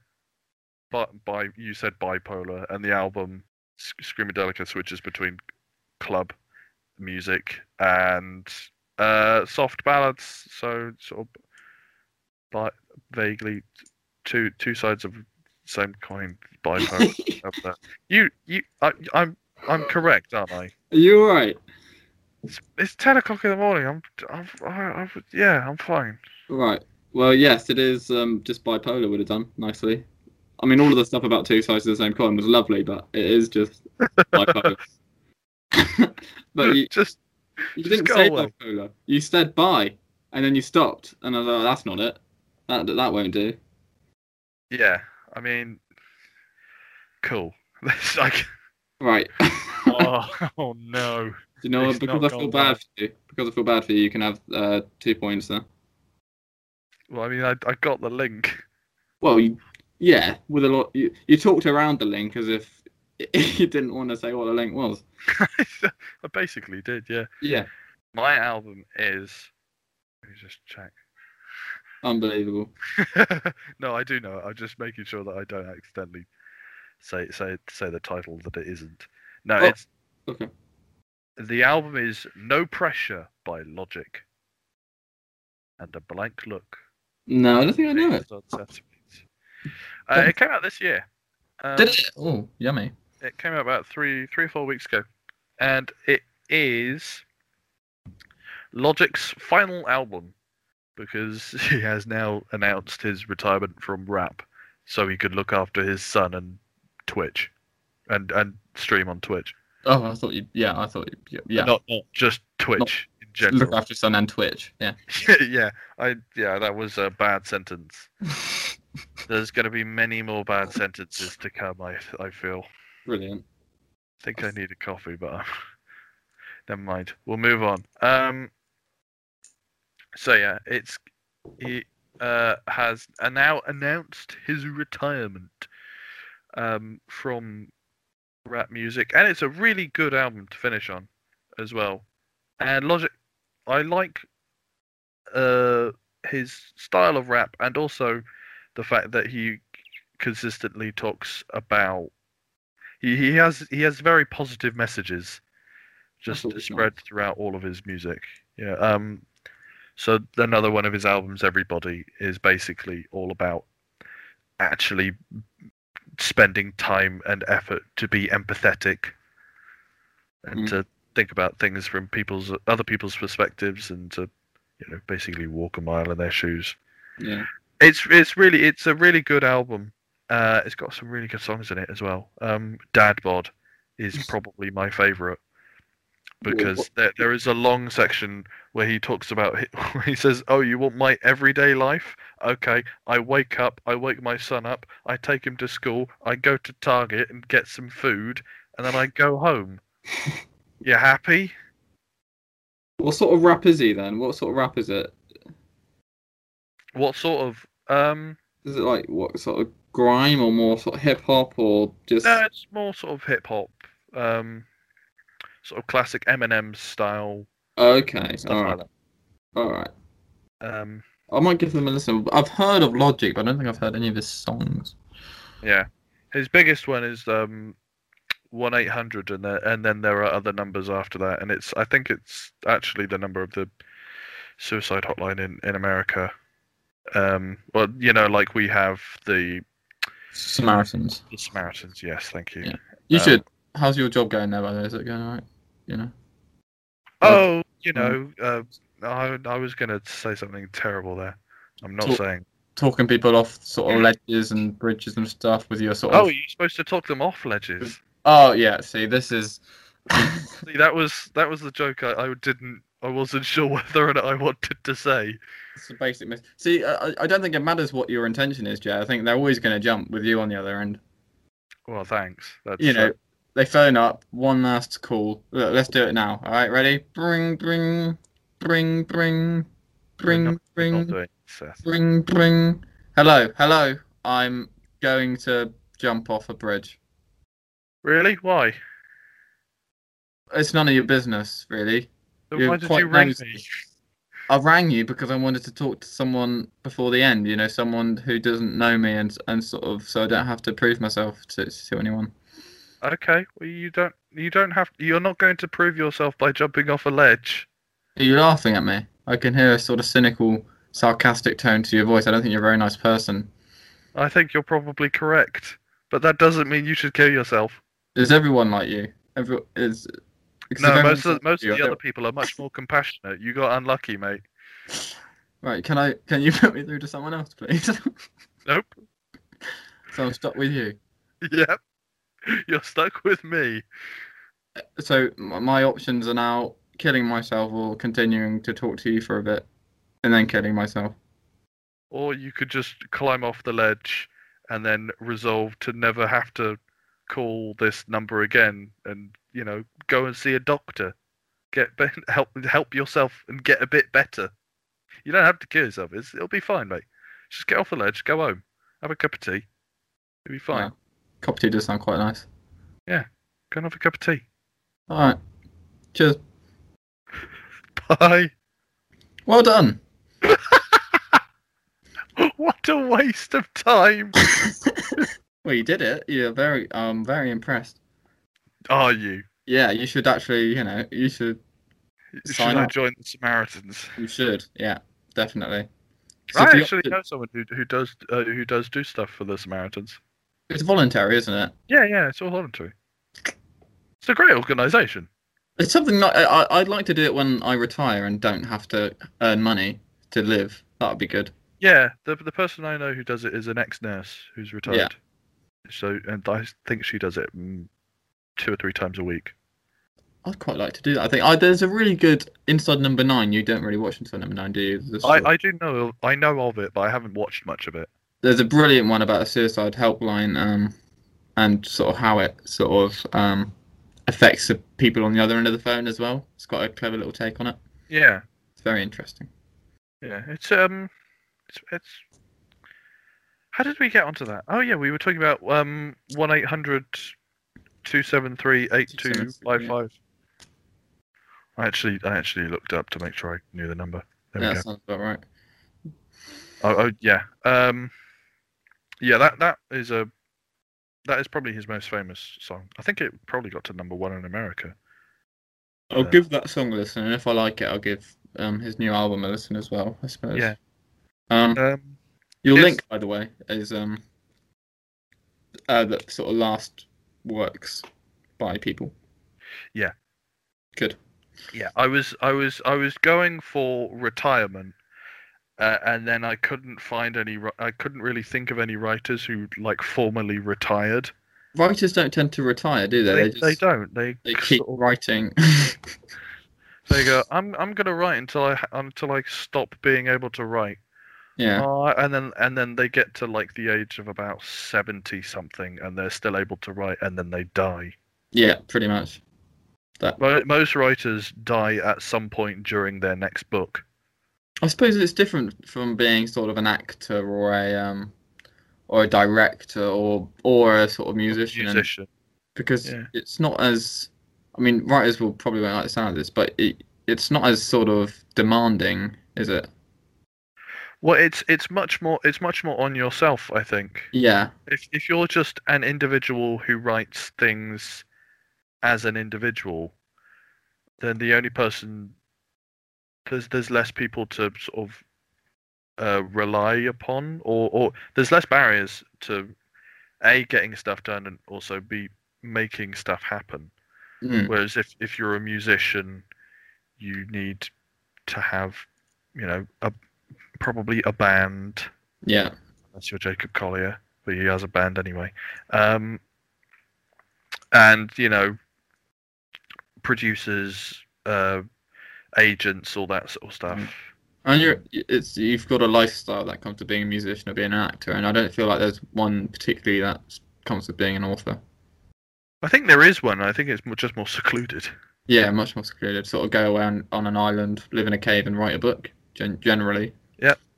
S2: but by you said bipolar, and the album S- Screamadelica switches between club music and uh, soft ballads. So sort of like vaguely two two sides of the same coin. Bipolar. up there. You you I, I'm I'm correct, aren't I?
S1: Are you alright?
S2: It's, it's ten o'clock in the morning. I'm, I'm, I, I, yeah, I'm fine.
S1: Right. Well, yes, it is. Um, just bipolar would have done nicely. I mean, all of the stuff about two sides of the same coin was lovely, but it is just bipolar. but you,
S2: just
S1: you
S2: Just
S1: didn't
S2: go
S1: say
S2: away.
S1: bipolar. You said bi, and then you stopped, and I was like, "Oh, that's not it. That that won't do.
S2: yeah. I mean, cool. It's like,
S1: Right. do
S2: oh, oh no.
S1: you know what?
S2: It's
S1: Because
S2: not
S1: I feel
S2: gone
S1: bad
S2: well.
S1: for you. Because I feel bad for you, you can have uh, two points there.
S2: Well, I mean, I, I got the link.
S1: Well, you, yeah, with a lot. You, you talked around the link as if you didn't want to say what the link was.
S2: I basically did. Yeah.
S1: Yeah.
S2: My album is. Let me just check.
S1: Unbelievable.
S2: no, I do know. it. I'm just making sure that I don't accidentally say say say the title that it isn't. No,
S1: Oh,
S2: it's
S1: okay.
S2: The album is "No Pressure" by Logic. And a blank look.
S1: No, I don't think I know it.
S2: is on Seth's face. Uh, it came out this year. Um,
S1: Oh, yummy.
S2: it came out about three three or four weeks ago, and it is Logic's final album because he has now announced his retirement from rap, so he could look after his son and Twitch, and and stream on Twitch.
S1: Oh, I thought you. Yeah, I thought you. Yeah.
S2: not, not just Twitch in
S1: Look
S2: general.
S1: after Sun and Twitch. Yeah.
S2: yeah, I yeah that was a bad sentence. There's going to be many more bad sentences to come. I I feel.
S1: Brilliant.
S2: think I need a coffee, but I'm... never mind. We'll move on. Um, so yeah, it's he uh, has uh, now announced his retirement um, from rap music, and it's a really good album to finish on as well. And Logic, I like uh, his style of rap, and also the fact that he consistently talks about he, he has he has very positive messages just
S1: always
S2: spread throughout all of his music. Yeah. Um so another one of his albums Everybody is basically all about actually spending time and effort to be empathetic and
S1: Mm.
S2: to think about things from people's other people's perspectives and to you know basically walk a mile in their shoes
S1: Yeah.
S2: it's it's really it's a really good album. Uh, it's got some really good songs in it as well. Um, Dad Bod is probably my favourite because there there is a long section where he talks about where he says, "Oh, you want my everyday life? Okay, I wake up, I wake my son up, I take him to school, I go to Target and get some food, and then I go home. You happy?
S1: What sort of rap is he then? What sort of rap is it?
S2: What sort of um
S1: Is it like what sort of grime or more sort of hip hop or just
S2: no, it's more sort of hip hop, um sort of classic Eminem style
S1: okay?
S2: stuff
S1: All
S2: like
S1: right, all right.
S2: that. Um
S1: I might give them a listen. I've heard of Logic, but I don't think I've heard any of his songs.
S2: yeah. His biggest one is um one eight hundred and the, and then there are other numbers after that and it's I think it's actually the number of the suicide hotline in, in America. Um well you know, like we have the
S1: Samaritans.
S2: the Samaritans, yes, thank you.
S1: Yeah. You
S2: Um,
S1: should. How's your job going there, by the way? Is it going all right? You know.
S2: Oh, you know, uh, I, I was going to say something terrible there. I'm not
S1: Talk-
S2: saying.
S1: talking people off sort of ledges and bridges and stuff with your sort of
S2: Oh, you're supposed to talk them off ledges.
S1: oh yeah see this is
S2: See, that was that was the joke. I, I didn't. I wasn't sure whether or not I wanted to say.
S1: it's a basic mis- see I, I- I don't think it matters what your intention is jay i think they're always going to jump with you on the other end
S2: Well, thanks. That's
S1: you know
S2: uh,
S1: they phone up one last call Look, let's do it now all right ready bring bring bring bring
S2: we're not-
S1: bring
S2: we're not
S1: bring
S2: doing it, Seth.
S1: bring bring hello hello i'm going to jump off a bridge
S2: Really? Why?
S1: it's none of your business really
S2: Then
S1: You're
S2: why did
S1: quite
S2: you ring
S1: nosy.
S2: me?
S1: I rang you because I wanted to talk to someone before the end. You know, someone who doesn't know me and and sort of so I don't have to prove myself to to anyone.
S2: Okay. Well, you don't. You don't have. You're not going to prove yourself by jumping off a ledge.
S1: Are you laughing at me? I can hear a sort of cynical, sarcastic tone to your voice. I don't think you're a very nice person.
S2: I think you're probably correct, but that doesn't mean you should kill yourself.
S1: Is everyone like you? Every is. because if
S2: No,
S1: everyone's
S2: most of
S1: like
S2: most
S1: you,
S2: of
S1: I
S2: the
S1: don't-
S2: other people are much more compassionate. You got unlucky, mate.
S1: Right? Can I? Can you put me through to someone else, please?
S2: Nope.
S1: so I'm stuck with you.
S2: Yep. You're stuck with me.
S1: So m- my options are now killing myself or continuing to talk to you for a bit, and then killing myself.
S2: Or you could just climb off the ledge and then resolve to never have to call this number again and, you know, go and see a doctor. Get be- help help yourself and get a bit better. You don't have to kill yourself. It's, it'll be fine, mate. Just get off the ledge, go home, have a cup of tea. It'll be fine.
S1: Wow. Cup of tea does sound quite nice.
S2: Go and have a cup of tea.
S1: All right. Cheers.
S2: Bye.
S1: Well done.
S2: what a waste of time.
S1: Well, you did it. You're very, um, very impressed.
S2: Are you?
S1: Yeah, you should actually, you know, you should, Sign
S2: Should I
S1: up.
S2: join the Samaritans?
S1: you should. Yeah, definitely. So
S2: I
S1: the
S2: actually
S1: option-
S2: know someone who who does uh, who does do stuff for the Samaritans.
S1: it's voluntary, isn't it?
S2: Yeah, yeah, it's all voluntary. It's a great organisation.
S1: It's something that I, I, I'd like to do it when I retire and don't have to earn money to live. That would be good.
S2: Yeah, the the person I know who does it is an ex nurse who's retired.
S1: Yeah.
S2: So and I think she does it mm, two or three times a week.
S1: I'd quite like to do that. I think I, there's a really good Inside Number Nine. You don't really watch Inside Number Nine, do you? This
S2: I,
S1: sort of-
S2: I do know I know of it, but I haven't watched much of it.
S1: there's a brilliant one about a suicide helpline um, and sort of how it sort of um, affects the people on the other end of the phone as well. It's quite a clever little take on it.
S2: Yeah,
S1: It's very interesting.
S2: yeah. It's um, it's, it's. How did we get onto that? Oh yeah, we were talking about um one
S1: 273,
S2: 8255 I actually, I actually looked up to make sure I knew the number. There
S1: yeah,
S2: we go.
S1: sounds about right.
S2: Oh, oh, yeah. Um, yeah. That that is a that is probably his most famous song. I think it probably got to number one in America.
S1: I'll
S2: Uh,
S1: give that song a listen, and if I like it, I'll give um, his new album a listen as well. I suppose.
S2: Yeah.
S1: Um,
S2: Um,
S1: your
S2: it's-
S1: link, by the way, is um, uh, the sort of last works by people.
S2: Yeah.
S1: Good.
S2: Yeah, I was I was I was going for retirement, uh, and then I couldn't find any. ri- I couldn't really think of any writers who like formally retired.
S1: Writers don't tend to retire, do they?
S2: They,
S1: just,
S2: they don't. They
S1: they keep
S2: sort of-
S1: writing.
S2: they go. I'm I'm gonna write until I ha- until I stop being able to write.
S1: yeah.
S2: Uh, and then and then they get to like the age of about seventy something, and they're still able to write, and then they die.
S1: Yeah, pretty much. That
S2: Mo- Most writers die at some point during their next book.
S1: I suppose it's different from being sort of an actor or a um, or a director or or a sort of musician, and-
S2: Musician.
S1: because
S2: yeah.
S1: it's not as. I mean, writers will probably won't like the sound of this, but it, it's not as sort of demanding, is it?
S2: Well, it's it's much more it's much more on yourself, I think.
S1: Yeah,
S2: If if you're just an individual who writes things as an individual, then the only person there's there's less people to sort of uh, rely upon, or or there's less barriers to a getting stuff done and also b making stuff happen.
S1: Mm.
S2: Whereas if if you're a musician, you need to have you know a probably a band
S1: yeah.
S2: that's your Jacob Collier, but he has a band anyway. Um, and you know, producers, uh, agents, all that sort of stuff.
S1: And you're, it's you've got a lifestyle that comes with being a musician or being an actor, and I don't feel like there's one particularly that comes with being an author.
S2: I think there is one. I think it's mo- just more secluded.
S1: Yeah, much more secluded. Sort of go away on, on an island, live in a cave, and write a book. Gen- generally,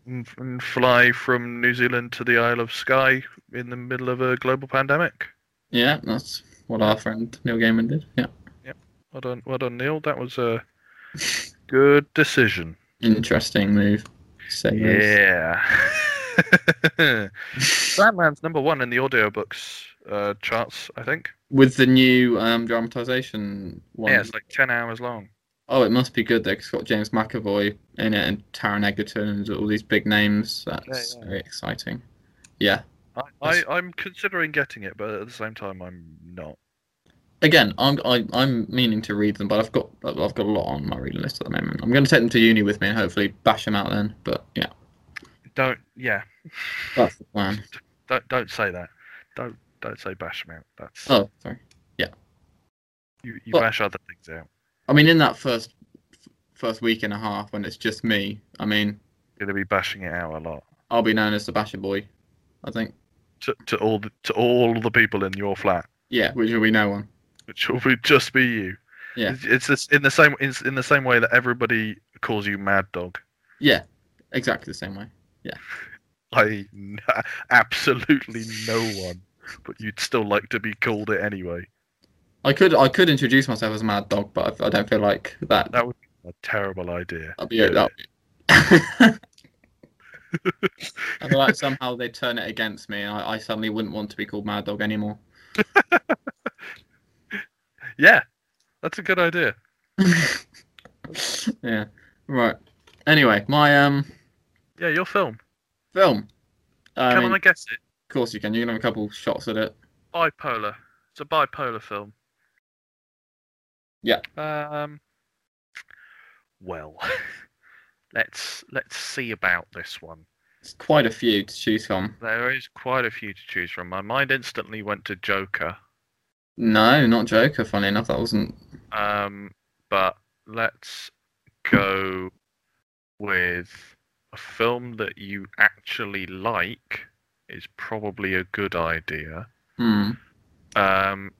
S2: And f- and fly from New Zealand to the Isle of Skye in the middle of a global pandemic.
S1: yeah, that's what our friend Neil Gaiman did. Yeah,
S2: Well done, well done, Neil. That was a good decision.
S1: interesting move. Say yes.
S2: Yeah. Sandman's number one in the audiobooks uh, charts, I think.
S1: With the new um, dramatization one.
S2: Yeah, it's like 10 hours long.
S1: Oh, it must be good though, 'cause it's got James McAvoy in it and Taron Egerton and all these big names. That's
S2: yeah.
S1: very exciting. Yeah.
S2: I, I,
S1: That's-
S2: I'm considering getting it, but at the same time, I'm not.
S1: again, I'm I, I'm meaning to read them, but I've got I've got a lot on my reading list at the moment. I'm going to take them to uni with me and hopefully bash them out then. But yeah,
S2: Don't, yeah,
S1: that's the plan.
S2: don't, don't say that. Don't, don't say bash them out. That's
S1: Oh, sorry.
S2: you, you
S1: but-
S2: bash other things out.
S1: I mean, in that first first week and a half when it's just me, I mean,
S2: You're gonna be bashing it out a lot
S1: I'll be known as the basher boy. I think.
S2: to, to all the, to all the people in your flat,
S1: Yeah, which will be no one.
S2: which will be just be you.
S1: Yeah.
S2: It's, it's this, in the same it's in the same way that everybody calls you Mad Dog.
S1: Yeah, exactly the same way.
S2: I n- absolutely no one, but you'd still like to be called it anyway.
S1: I could I could introduce myself as Mad Dog, but I, I don't feel like that.
S2: That would be a terrible idea.
S1: That'd be that. and like somehow they turn it against me, and I, I suddenly wouldn't want to be called Mad Dog anymore.
S2: Yeah, that's a good idea.
S1: yeah. Right. Anyway, my um
S2: Yeah, your film.
S1: film. I
S2: Can
S1: mean,
S2: I guess it?
S1: Of course you can. You can have a couple shots at it.
S2: Bipolar. It's a bipolar film.
S1: Yeah.
S2: Um. Well, let's let's see about this one.
S1: It's quite a few to choose from.
S2: There is quite a few to choose from. My mind instantly went to Joker.
S1: No, not Joker. Funny enough, that wasn't.
S2: Um, but let's go with a film that you actually like is probably a good idea.
S1: Hmm.
S2: Um,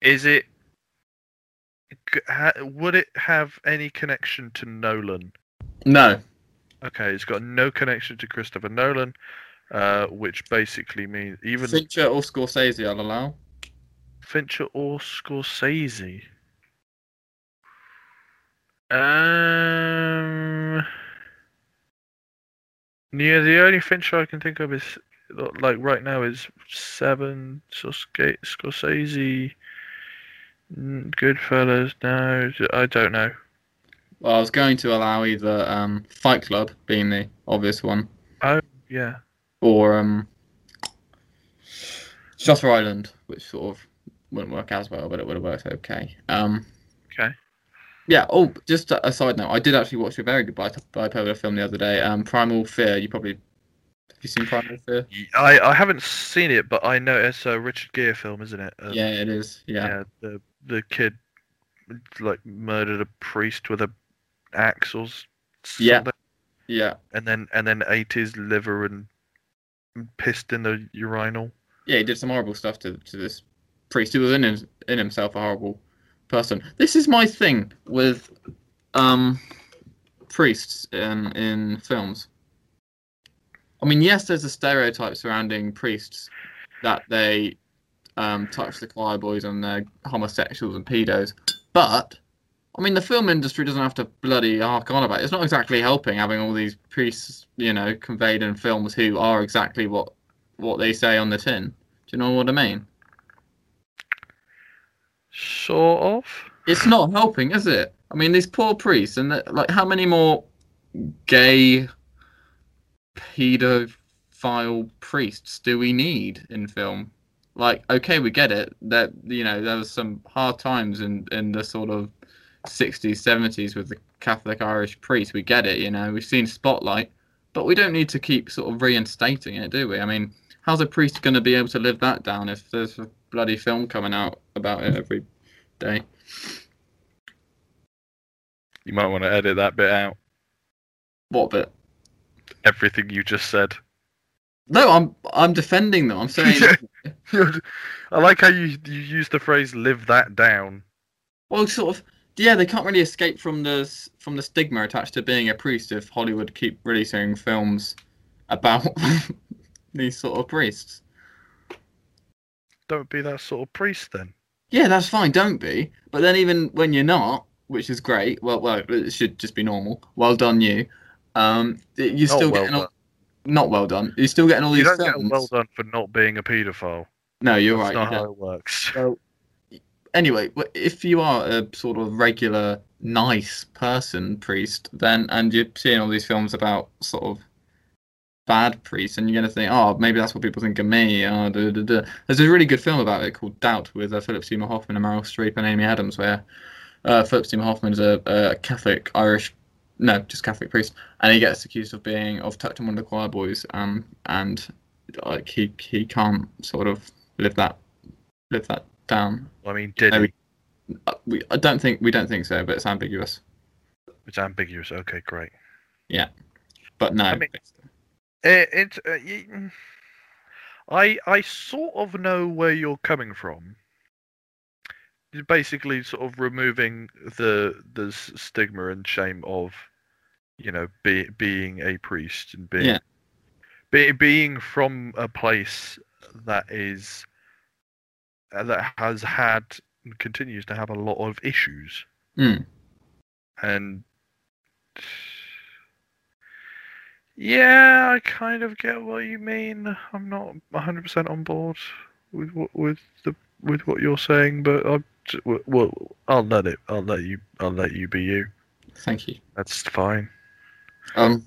S2: is it? g- ha- Would it have any connection to Nolan?
S1: No.
S2: Okay, it's got no connection to Christopher Nolan, uh, which basically means even
S1: Fincher or Scorsese, I'll allow.
S2: Fincher or Scorsese. Um, yeah, the only Fincher I can think of is like right now is Seven, Scorsese, Scorsese, mm, Goodfellas. No, I don't know.
S1: Well, I was going to allow either um, Fight Club being the obvious one,
S2: Yeah,
S1: or um, Shutter Island, which sort of wouldn't work as well, but it would have worked okay. Um,
S2: okay.
S1: Yeah. Oh, just a a side note. I did actually watch a very good bi- bipolar film the other day. Um, Primal Fear. You probably have you seen Primal Fear?
S2: I, I haven't seen it, but I know it's a Richard Gere film, isn't it? Uh,
S1: yeah, it is. Yeah.
S2: yeah, the the kid like murdered a priest with a axe or s-
S1: Yeah.
S2: something,
S1: Yeah.
S2: and then and then ate his liver and pissed in the urinal.
S1: Yeah. He did some horrible stuff to to this priest. He was in his, in himself a horrible person. This is my thing with um, priests in, in films. I mean, yes, there's a stereotype surrounding priests that they um, touch the choir boys and they're homosexuals and pedos, but I mean, the film industry doesn't have to bloody hark on about it. It's not exactly helping having all these priests, you know, conveyed in films who are exactly what what they say on the tin. Do you know what I mean?
S2: Sort of.
S1: It's not helping, is it? I mean, these poor priests, and the- like, how many more gay, pedophile priests do we need in film? Like, okay, we get it. That you know, there was some hard times in in the sort of 60s, 70s with the Catholic Irish priest. We get it, you know, we've seen Spotlight, but we don't need to keep sort of reinstating it, do we? I mean, how's a priest going to be able to live that down if there's a bloody film coming out about it every day?
S2: You might want to edit that bit out.
S1: What bit?
S2: Everything you just said.
S1: No, I'm I'm defending them. I'm saying,
S2: I like how you you use the phrase "live that down."
S1: well, sort of, yeah, they can't really escape from the s- from the stigma attached to being a priest if Hollywood keep releasing films about these sort of priests.
S2: Don't be that sort of priest then.
S1: Yeah, that's fine. Don't be. But then, even when you're not, which is great. Well, well, it should just be normal. Well done, you. Um, it- you're
S2: Not
S1: still
S2: well
S1: getting all,
S2: done.
S1: not well done. You're still getting all
S2: You
S1: these
S2: don't get a
S1: films.
S2: well done for not being a paedophile.
S1: No, you're
S2: That's
S1: right.
S2: not
S1: yeah.
S2: how it works.
S1: Anyway, w- if you are a sort of regular nice person priest, then and you're seeing all these films about sort of bad priests, and you're going to think, oh, maybe that's what people think of me. Oh, duh, duh, duh. There's a really good film about it called Doubt with uh, Philip Seymour Hoffman and Meryl Streep and Amy Adams, where uh, Philip Seymour Hoffman's a, a Catholic Irish, no, just Catholic priest, and he gets accused of being of touching one of the choir boys, um, and like he he can't sort of live that live that down.
S2: I mean, did
S1: No,
S2: he?
S1: Uh, We I don't think we don't think so, but it's ambiguous.
S2: It's ambiguous. Okay, great.
S1: But no,
S2: I mean- It, it, uh, y- mm. I I sort of know where you're coming from. You're basically sort of removing the the s- stigma and shame of, you know, be, being a priest and being
S1: Yeah.
S2: be, being from a place that is uh, that has had and continues to have a lot of issues.
S1: Mm.
S2: And yeah, I kind of get what you mean. I'm not 100% on board with what with the with what you're saying, but I well, I'll let it. I'll let you. I'll let you be you.
S1: thank you.
S2: That's fine.
S1: Um,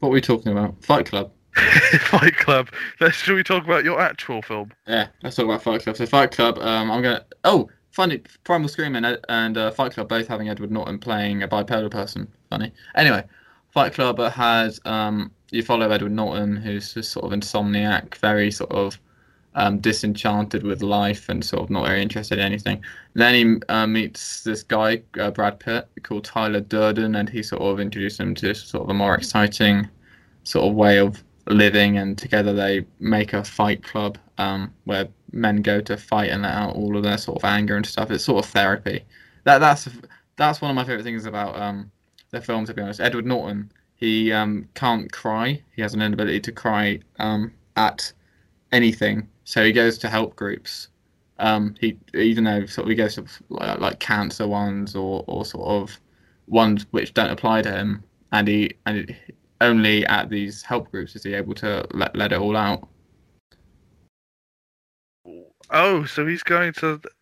S1: what are we talking about? Fight Club.
S2: Fight Club. Let's should we talk about your actual film?
S1: Yeah, let's talk about Fight Club. So Fight Club, um, I'm gonna. Oh, funny. Primal Scream and Ed- and uh, Fight Club both having Edward Norton playing a bipolar person. Funny. Anyway, Fight Club has um, you follow Edward Norton, who's just sort of insomniac, very sort of um, disenchanted with life and sort of not very interested in anything. Then he uh, meets this guy, uh, Brad Pitt, called Tyler Durden, and he sort of introduces him to sort of a more exciting sort of way of living, and together they make a fight club um, where men go to fight and let out all of their sort of anger and stuff. It's sort of therapy. That that's that's one of my favorite things about um, the film. To be honest, Edward Norton he um, can't cry. He has an inability to cry um, at anything, so he goes to help groups. Um, he even though sort of he goes to like, like cancer ones or, or sort of ones which don't apply to him, and he and he- only at these help groups is he able to let, let it all out.
S2: Oh, so he's going to th-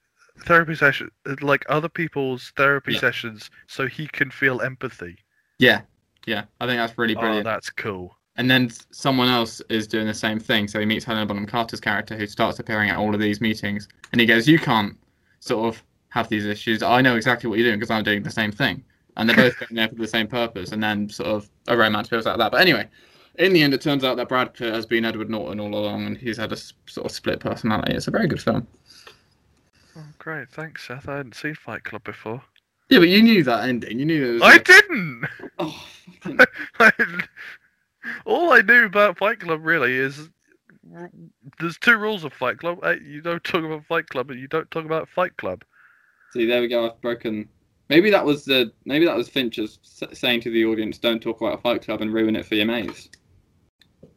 S2: therapy session, like other people's therapy
S1: Yeah.
S2: sessions, so he can feel empathy.
S1: Yeah, yeah, I think that's really
S2: Oh,
S1: brilliant.
S2: that's cool.
S1: And then s- someone else is doing the same thing. So he meets Helena Bonham Carter's character, who starts appearing at all of these meetings, and he goes, "You can't sort of have these issues. I know exactly what you're doing because I'm doing the same thing." And they're both going there for the same purpose. And then sort of a romance builds out of that. But anyway, in the end, it turns out that Brad Pitt has been Edward Norton all along, and he's had a s- sort of split personality. It's a very good film.
S2: Oh, great. Thanks, Seth. I hadn't seen Fight Club before.
S1: Yeah, but you knew that ending. You knew it was.
S2: I
S1: like-
S2: didn't!
S1: Oh, fucking-
S2: I- All I knew about Fight Club really is r- Eh, there's two rules of Fight Club. Uh, You don't talk about Fight Club and you don't talk about Fight Club.
S1: See, there we go. I've broken. Maybe that was the maybe that was Fincher's s- saying to the audience, "Don't talk about Fight Club and ruin it for your mates."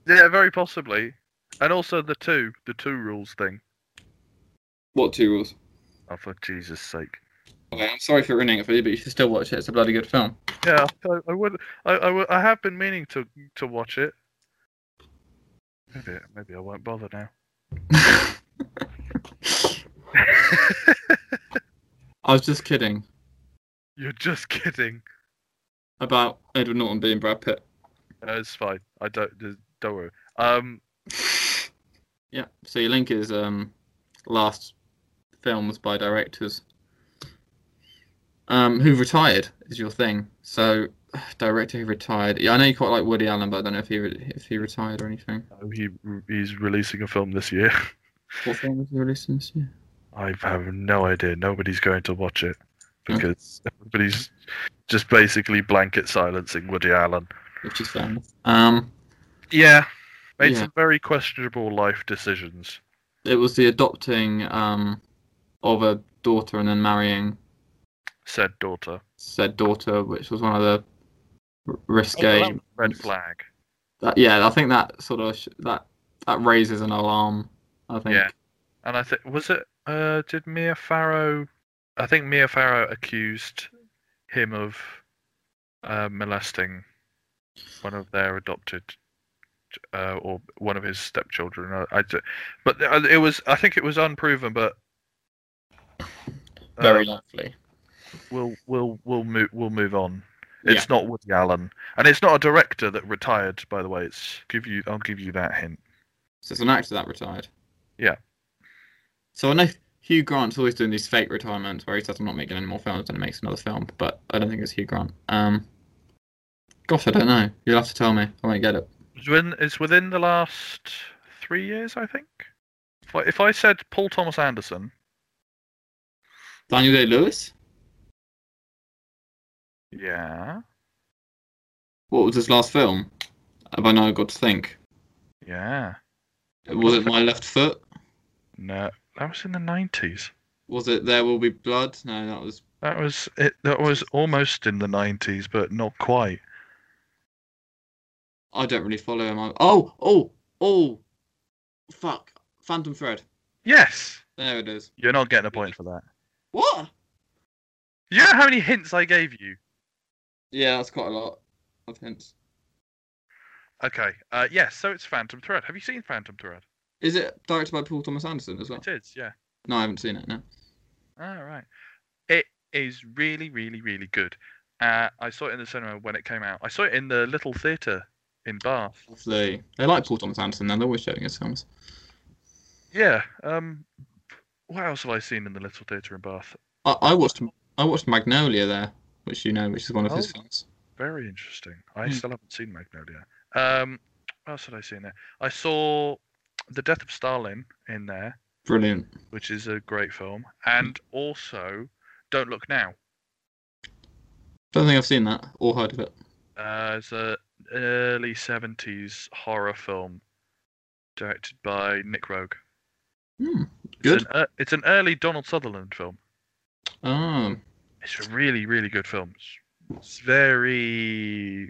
S2: Yeah, very possibly. And also the two, the two rules thing.
S1: What two rules?
S2: Oh, for Jesus' sake.
S1: Okay, I'm sorry for ruining it for you, but you should still watch it. It's a bloody good film.
S2: Yeah, I, I would. I, I, would- I have been meaning to to watch it. Maybe maybe I won't bother now.
S1: I was just kidding
S2: You're just kidding.
S1: about Edward Norton being Brad Pitt.
S2: No, it's fine. I don't d- don't worry. Um,
S1: Yeah. So your link is um, last films by directors um, who retired is your thing. So director who retired. Yeah, I know you quite like Woody Allen, but I don't know if he re- if he retired or anything.
S2: no, he he's releasing a film this year.
S1: What film was he releasing this year?
S2: I have no idea. Nobody's going to watch it because everybody's just basically blanket silencing Woody Allen.
S1: Which is fair. enough. Um,
S2: Yeah, made
S1: Yeah.
S2: some very questionable life decisions.
S1: it was the adopting um, of a daughter and then marrying
S2: Said daughter.
S1: said daughter, which was one of the r-
S2: Oh, well,
S1: risque.
S2: that was a Red flag.
S1: that, yeah, I think that sort of sh- that that raises an alarm. I think.
S2: Yeah. And I think was it? Uh, did Mia Farrow? I think Mia Farrow accused him of uh, molesting one of their adopted uh, or one of his stepchildren. I, I d- but uh, it was. I think it was unproven. But uh,
S1: Very likely.
S2: we'll we'll we'll move we'll move on.
S1: Yeah.
S2: It's not Woody Allen, and it's not a director that retired. By the way, it's give you. I'll give you that hint.
S1: So it's an actor that retired.
S2: Yeah.
S1: So I know Hugh Grant's always doing these fake retirements where he says I'm not making any more films and he makes another film, but I don't think it's Hugh Grant. Um Gosh, I don't know. You'll have to tell me. I won't get it.
S2: It's within, it's within the last three years, I think. If I, if I said Paul Thomas Anderson,
S1: Daniel Day Lewis?
S2: yeah,
S1: What was his last film? Have I now got to think?
S2: yeah,
S1: Was it My Left Foot?
S2: no, that was in the nineties.
S1: Was it There Will Be Blood? No, that was
S2: That was it. That was almost in the nineties, but not quite.
S1: I don't really follow him. I- Oh, oh, oh. Fuck. Phantom Thread.
S2: Yes,
S1: There it is.
S2: you're not getting a point for that.
S1: What?
S2: You know how many hints I gave you.
S1: Yeah, that's quite a lot of hints.
S2: Okay. Uh, yes. So it's Phantom Thread. Have you seen Phantom Thread?
S1: Is it directed by Paul Thomas Anderson as well?
S2: It is. Yeah.
S1: No, I haven't seen it. No.
S2: All right. It is really, really, really good. Uh, I saw it in the cinema when it came out. I saw it in the little theatre in Bath.
S1: Lovely. They like Paul Thomas Anderson. Now they're always showing his films.
S2: Yeah. Um, what else have I seen in the little theatre in Bath?
S1: I, I watched I watched Magnolia there, which you know, which is one of his
S2: Oh.
S1: films.
S2: Very interesting. I
S1: Hmm.
S2: still haven't seen Magnolia. Um, what else did I see in there? I saw The Death of Stalin in there,
S1: Brilliant.
S2: which is a great film, and also Don't Look Now.
S1: Don't think I've seen that or heard of it.
S2: Uh, it's a early '70s horror film directed by Nick Rogue.
S1: Hmm. Good.
S2: It's an, ear- it's an early Donald Sutherland film.
S1: Oh,
S2: It's a really, really good film. It's- It's very.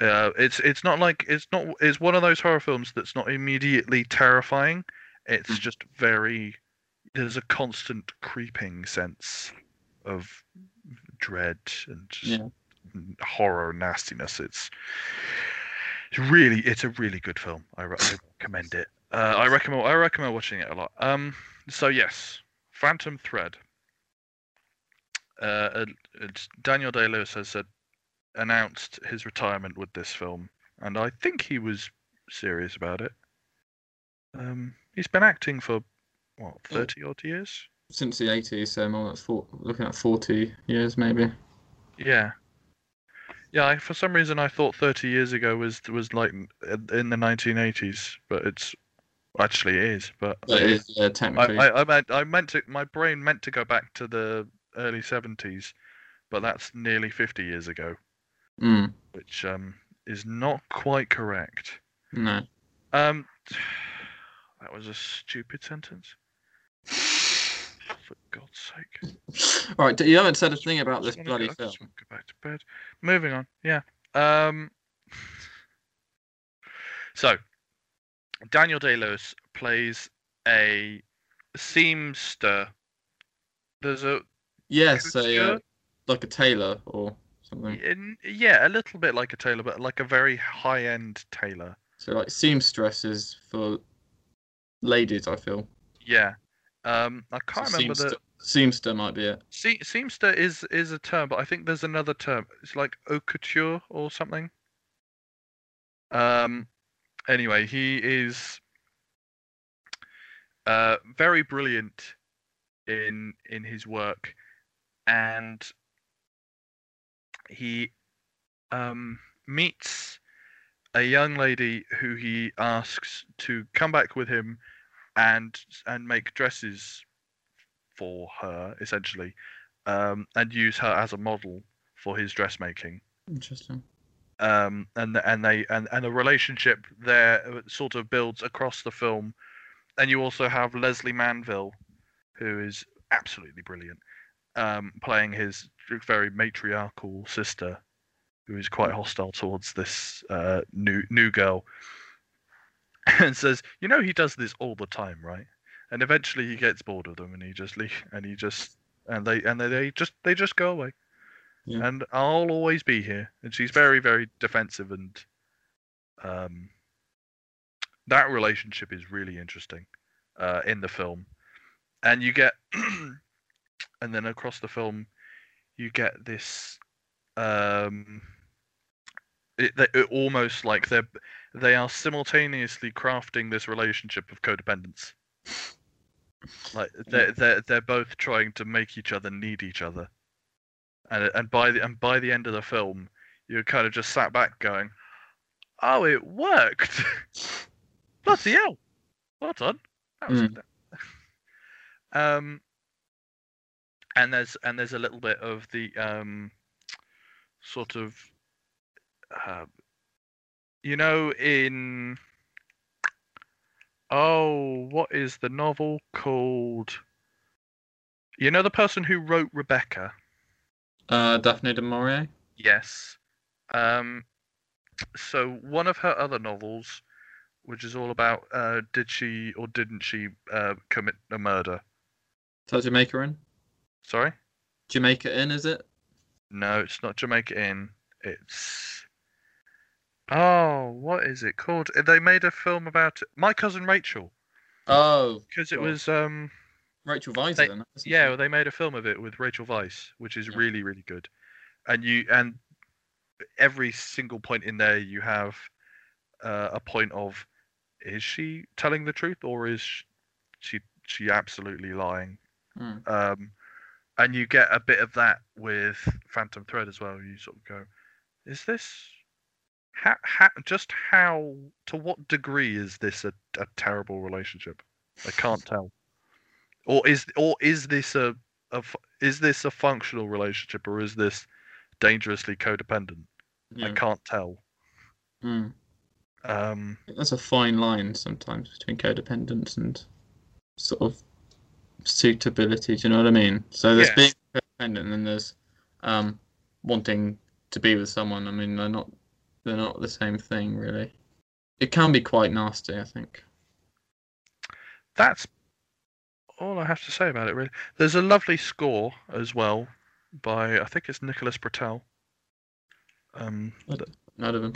S2: Uh, it's it's not like it's not it's one of those horror films that's not immediately terrifying. It's
S1: Mm.
S2: just very. There's a constant creeping sense of dread and just
S1: Yeah.
S2: horror and nastiness. It's it's really it's a really good film. I, re- I recommend it. Uh, I recommend I recommend watching it a lot. Um, so yes, Phantom Thread. Uh, it's Daniel Day Lewis has said, announced his retirement with this film, and I think he was serious about it. Um, he's been acting for what
S1: Yeah.
S2: thirty odd years.
S1: since the '80s, so more like four, looking at 40 years maybe.
S2: Yeah. Yeah, I, for some reason I thought 30 years ago was was like in in the 1980s, but it's actually it is. But
S1: But it is yeah,
S2: I,
S1: technically.
S2: I, I meant I meant to my brain meant to go back to the early 70s, but that's nearly 50 years ago,
S1: Mm,
S2: which um is not quite correct.
S1: no.
S2: Um, that was a stupid sentence. For God's sake.
S1: All right, you haven't said a thing about this
S2: Just wanna
S1: bloody
S2: go, I
S1: film.
S2: just wanna go back to bed. Moving on. Yeah. Um. So, Daniel Day Lewis plays a seamster. There's a
S1: Yes, a, uh,
S2: Couture?
S1: like a tailor or something.
S2: in- yeah, a little bit like a tailor, but like a very high-end tailor.
S1: So like seamstresses for ladies, I feel.
S2: Yeah. Um. I can't
S1: So
S2: remember
S1: seamster,
S2: the
S1: seamster might be it.
S2: Se- seamster is is a term, but I think there's another term. It's like haute couture or something. Um. Anyway, he is uh very brilliant in in his work, and he um meets a young lady who he asks to come back with him and and make dresses for her essentially um, and use her as a model for his dressmaking
S1: Interesting.
S2: um, and and they and, and a relationship there uh, sort of builds across the film and you also have Leslie Manville who is absolutely brilliant um, playing his very matriarchal sister who is quite hostile towards this uh, new new girl and says you know he does this all the time right and eventually he gets bored of them and he just leave and he just and they and they, they just they just go away
S1: Yeah.
S2: and i'll always be here and she's very very defensive and um that relationship is really interesting uh in the film and you get and then across the film you get this um it, they- it almost like they're they are simultaneously crafting this relationship of codependence like they're, they're they're both trying to make each other need each other and and by the and by the end of the film you're kind of just sat back going oh it worked bloody hell well done that was
S1: Mm.
S2: good. um and there's and there's a little bit of the um sort of uh, you know in oh what is the novel called you know the person who wrote rebecca
S1: Uh, Daphne du Maurier.
S2: Yes. Um, so one of her other novels, which is all about uh, did she or didn't she uh, commit a murder?
S1: Is that Jamaica in?
S2: Sorry?
S1: Jamaica in, is it?
S2: No, it's not Jamaica Inn. It's oh, what is it called? They made a film about it. My cousin Rachel
S1: Oh,
S2: because it
S1: Sure.
S2: was um
S1: Rachel Weisz.
S2: They-
S1: then, isn't
S2: yeah
S1: it?
S2: well, they made a film of it with Rachel Weisz, which is
S1: Yeah.
S2: really really good. And you and every single point in there you have uh, a point of is she telling the truth or is sh- she she absolutely lying
S1: Mm.
S2: um and you get a bit of that with phantom thread as well you sort of go is this how, how just how to what degree is this a, a terrible relationship i can't tell or is or is this a, a f- is this a functional relationship or is this dangerously codependent i
S1: Yeah.
S2: can't tell
S1: Mm.
S2: um
S1: That's a fine line sometimes between codependence and sort of suitability. Do you know what I mean? So there's
S2: Yeah.
S1: being codependent, and then there's um, wanting to be with someone. I mean, they're not they're not the same thing, really. It can be quite nasty, I think.
S2: that's all I have to say about it. Really, there's a lovely score as well by I think it's Nicholas Britell. Um, th-
S1: None of them.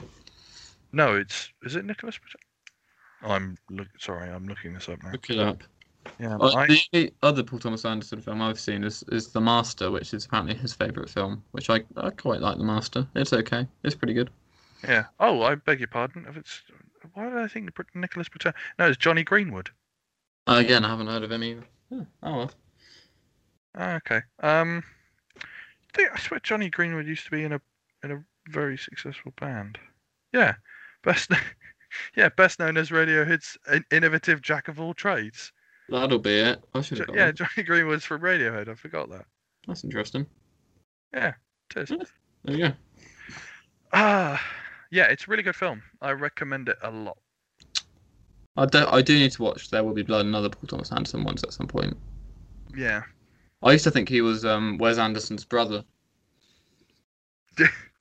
S2: no, it's is it Nicholas Britell? I'm look sorry, I'm looking this up now.
S1: Look it up.
S2: Yeah,
S1: Oh,
S2: I,
S1: the only other Paul Thomas Anderson film I've seen is, is The Master, which is apparently his favourite film, which I, I quite like The Master. It's okay. It's pretty good.
S2: yeah. Oh, I beg your pardon. If it's why did I think Brit- Nicholas Britell? No, it's Johnny Greenwood.
S1: Uh, again, I haven't heard of him either. Oh, well.
S2: Ah, okay. Um, I think I swear Johnny Greenwood used to be in a in a very successful band. Yeah, best yeah best known as Radiohead's in- innovative jack of all trades.
S1: That'll be it. I should
S2: Jo-
S1: have got
S2: yeah,
S1: that.
S2: Johnny Greenwood's from Radiohead. I forgot that.
S1: That's interesting.
S2: It is.
S1: Yeah. There you go.
S2: Ah, yeah, it's a really good film. I recommend it a lot.
S1: I do, I do need to watch There Will Be Blood and other Paul Thomas Anderson ones at some point.
S2: Yeah,
S1: I used to think he was um, Wes Anderson's brother.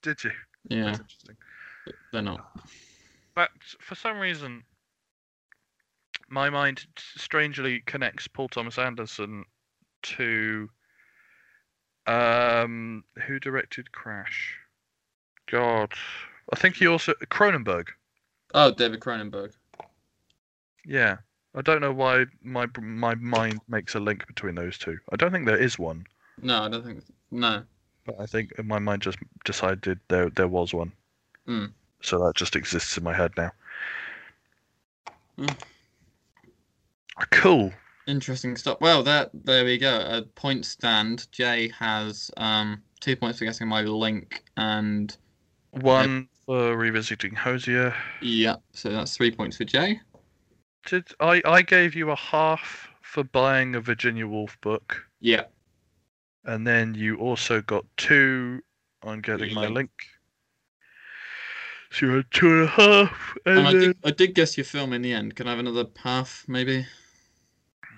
S2: Did you?
S1: Yeah,
S2: That's interesting.
S1: they're not.
S2: But for some reason, my mind strangely connects Paul Thomas Anderson to um, who directed Crash. God, I think he also Cronenberg.
S1: Oh, David Cronenberg.
S2: Yeah, I don't know why my my mind makes a link between those two. I don't think there is one,
S1: No, I don't think. No.
S2: but I think my mind just decided there there was one.
S1: Mm.
S2: So that just exists in my head now.
S1: Mm.
S2: Cool.
S1: Interesting stuff. Well, that there we go. A point stand. Jay has um, two points for guessing my link, and
S2: One for revisiting Hosier.
S1: yeah, so that's three points for Jay.
S2: Did I? I gave you a half for buying a Virginia Woolf book,
S1: Yeah,
S2: and then you also got two on getting my
S1: Link.
S2: link. So you had two and a half, and,
S1: and I
S2: then
S1: did, I did guess your film in the end. Can I have another half, maybe?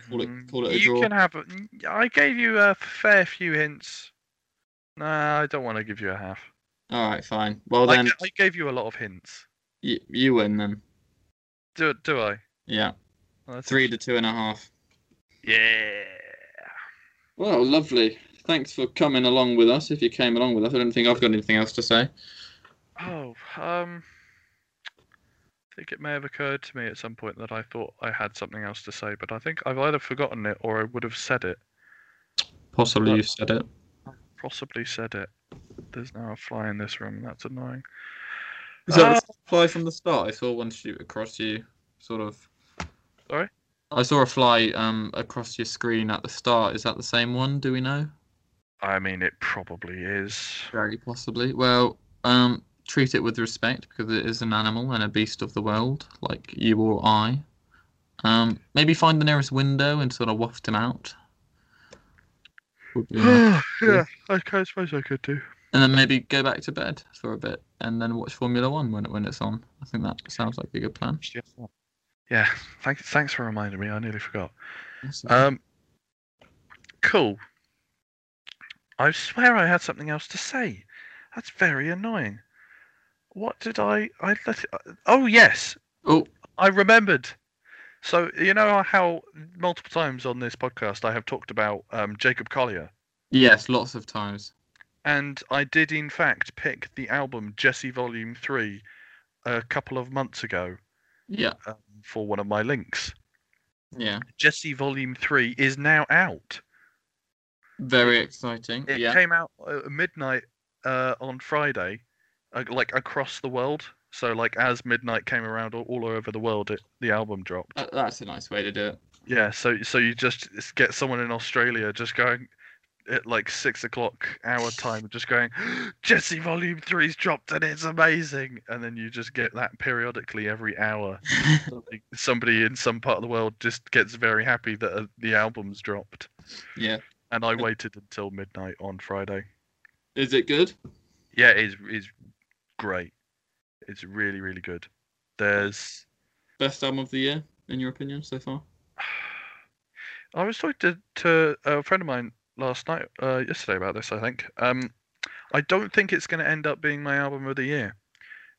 S1: Call it,
S2: Mm,
S1: call it a
S2: you
S1: draw.
S2: can have. a- I gave you a fair few hints. Nah, I don't want to give you a half.
S1: All right, fine. Well
S2: I,
S1: then,
S2: g- I gave you a lot of hints.
S1: y- you win then.
S2: Do do I?
S1: Yeah,
S2: Oh, that's
S1: three to two and a half.
S2: Yeah.
S1: Well, lovely. Thanks for coming along with us. If you came along with us, I don't think I've got anything else to say.
S2: Oh, um, I think it may have occurred to me at some point that I thought I had something else to say, but I think I've either forgotten it or I would have said it.
S1: Possibly
S2: Well-
S1: you've said it.
S2: Possibly said it. There's now a fly in this room. That's annoying.
S1: Was that
S2: Uh,
S1: a fly from the start? I saw one shoot across you, sort of.
S2: Sorry?
S1: I saw a fly um across your screen at the start. Is that the same one? Do we know?
S2: I mean, it probably is.
S1: Very possibly. Well, um, treat it with respect because it is an animal and a beast of the world, like you or I. Um, maybe find the nearest window and sort of waft him out. Would be nice.
S2: yeah, I ca- I suppose I could do.
S1: and then maybe go back to bed for a bit and then watch Formula One when it, when it's on. I think that sounds like a good plan.
S2: Yeah, thanks. Thanks for reminding me. I nearly forgot.
S1: Awesome.
S2: Um, cool. I swear I had something else to say. That's very annoying. What did I? I let it, oh yes,
S1: oh,
S2: I remembered. So you know how multiple times on this podcast I have talked about um, Jacob Collier,
S1: yes, lots of times.
S2: and I did in fact pick the album Jesse Volume Three a couple of months ago
S1: Yeah,
S2: um, for one of my links.
S1: yeah.
S2: Jesse Volume Three is now out.
S1: Very exciting.
S2: It
S1: yeah.
S2: came out uh, midnight uh, on Friday, uh, like across the world. So like as midnight came around all, all over the world, it, the album dropped.
S1: That- That's a nice way to do it.
S2: Yeah. So so you just s- get someone in Australia just going at like six o'clock hour time, just going Jesse Volume Three's dropped and it's amazing, and then you just get that periodically every hour. Somebody, somebody in some part of the world just gets very happy that uh, the album's dropped,
S1: yeah.
S2: and I waited until midnight on Friday.
S1: Is it good?
S2: Yeah, it's it's great. It's really really good. There's
S1: Best album of the year, in your opinion, so far?
S2: I was talking to, to a friend of mine last night, uh, yesterday about this. I think. Um, I don't think it's going to end up being my album of the year,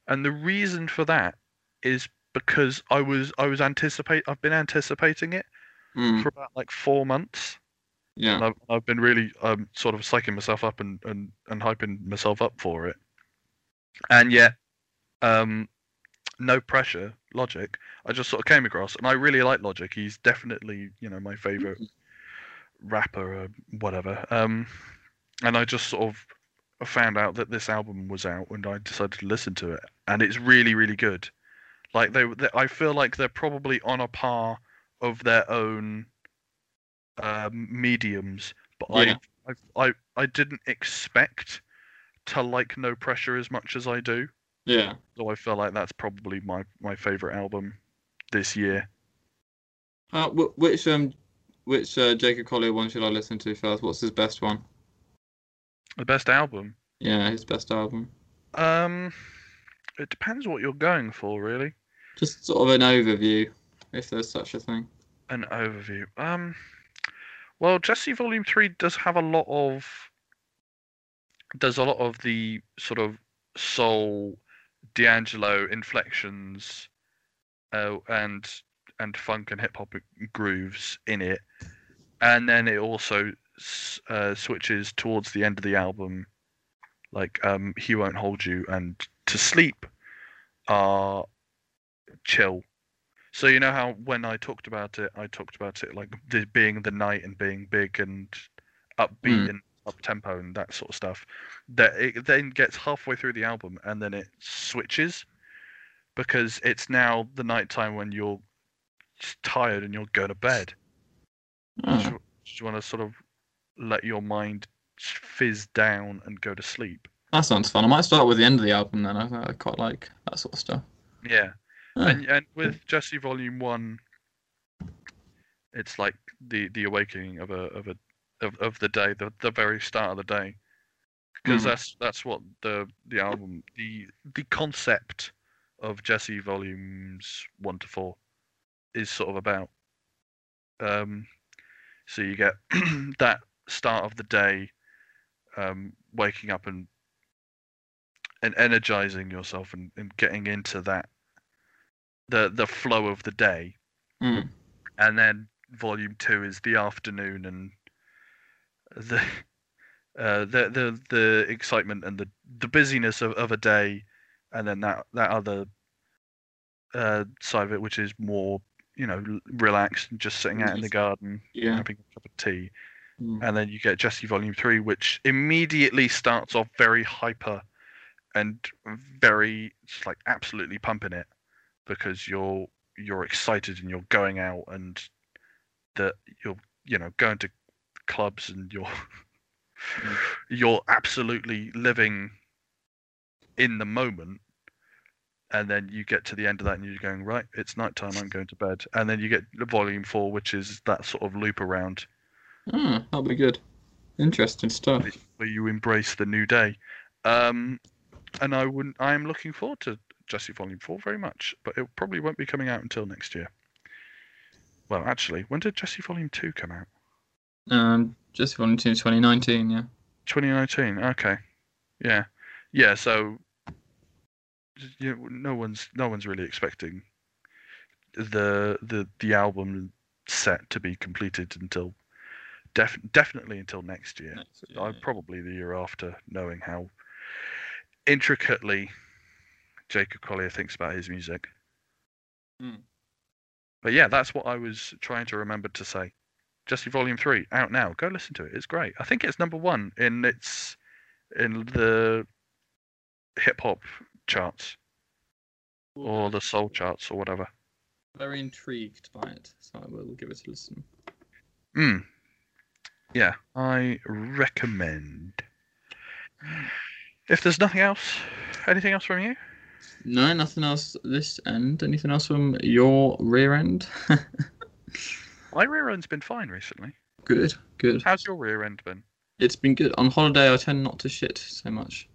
S2: and the reason for that is because I was I was anticipate I've been anticipating it
S1: Mm,
S2: for about like four months. And
S1: yeah.
S2: I've, I've been really um, sort of psyching myself up and, and, and hyping myself up for it. And yet, um, no pressure, Logic, I just sort of came across. And I really like Logic. He's definitely, you know, my favorite rapper or whatever. Um, and I just sort of found out that this album was out and I decided to listen to it. And it's really, really good. Like, they, they I feel like they're probably on a par of their own um, mediums, but
S1: Yeah.
S2: I, I, I, I didn't expect to like No Pressure as much as I do.
S1: Yeah.
S2: So I feel like that's probably my, my favorite album this year.
S1: Uh, wh- which um, which uh, Jacob Collier one should I listen to first? What's his best one?
S2: The best album.
S1: Yeah, his best album.
S2: Um, it depends what you're going for, really.
S1: Just sort of an overview, if there's such a thing.
S2: An overview. Um, Well, Jesse Volume Three does have a lot of does a lot of the sort of soul D'Angelo inflections uh, and and funk and hip hop grooves in it, and then it also s- uh, switches towards the end of the album, like um, "He Won't Hold You" and "To Sleep" are chill. So you know how when I talked about it, I talked about it like the, being the night and being big and upbeat
S1: Mm.
S2: and up tempo and that sort of stuff. That it then gets halfway through the album and then it switches because it's now the night time when you're tired and you're going to bed.
S1: Ah.
S2: Just, want to sort of let your mind fizz down and go to sleep.
S1: That sounds fun. I might start with the end of the album then. I, I quite like that sort of stuff.
S2: Yeah.
S1: Ah.
S2: and and with Jesse Volume One, it's like the the awakening of a of a of, of the day, the the very start of the day, because
S1: Mm.
S2: that's that's what the the album the the concept of Jesse Volumes One to Four is sort of about. Um, so you get that start of the day, um, waking up and and energizing yourself and, and getting into that the the flow of the day
S1: Mm.
S2: and then volume two is the afternoon and the uh, the the the excitement and the the busyness of, of a day and then that that other uh, side of it which is more you know l- relaxed and just sitting out in the garden
S1: Yeah.
S2: having a cup of tea
S1: Mm.
S2: and then you get Jesse Volume Three, which immediately starts off very hyper and very it's like absolutely pumping it because you're you're excited and you're going out and that you're you know going to clubs and you're you're absolutely living in the moment and then you get to the end of that and you're going right it's nighttime i'm going to bed and then you get volume four which is that sort of loop around
S1: Ah, that'll be good. Interesting stuff.
S2: where you embrace the new day. Um, and I wouldn't. I am looking forward to Jesse Volume Four very much, but it probably won't be coming out until next year. Well, actually, when did Jesse Volume Two come out?
S1: Um, just on to 2019, yeah.
S2: 2019. Okay, yeah, yeah. So, you know, no one's no one's really expecting the the the album set to be completed until def- definitely until next year.
S1: Next
S2: I
S1: year.
S2: probably the year after, knowing how intricately Jacob Collier thinks about his music.
S1: Hmm.
S2: But yeah, that's what I was trying to remember to say. Jesse Volume Three out now. Go listen to it. It's great. I think it's number one in its in the hip hop charts or the soul charts or whatever.
S1: Very intrigued by it, so I will give it a listen.
S2: Mm. Yeah, I recommend. If there's nothing else, anything else from you?
S1: No, nothing else this end. Anything else from your rear end?
S2: My rear end's been fine recently.
S1: good, good.
S2: How's your rear end been?
S1: It's been good. On holiday, I tend not to shit so much.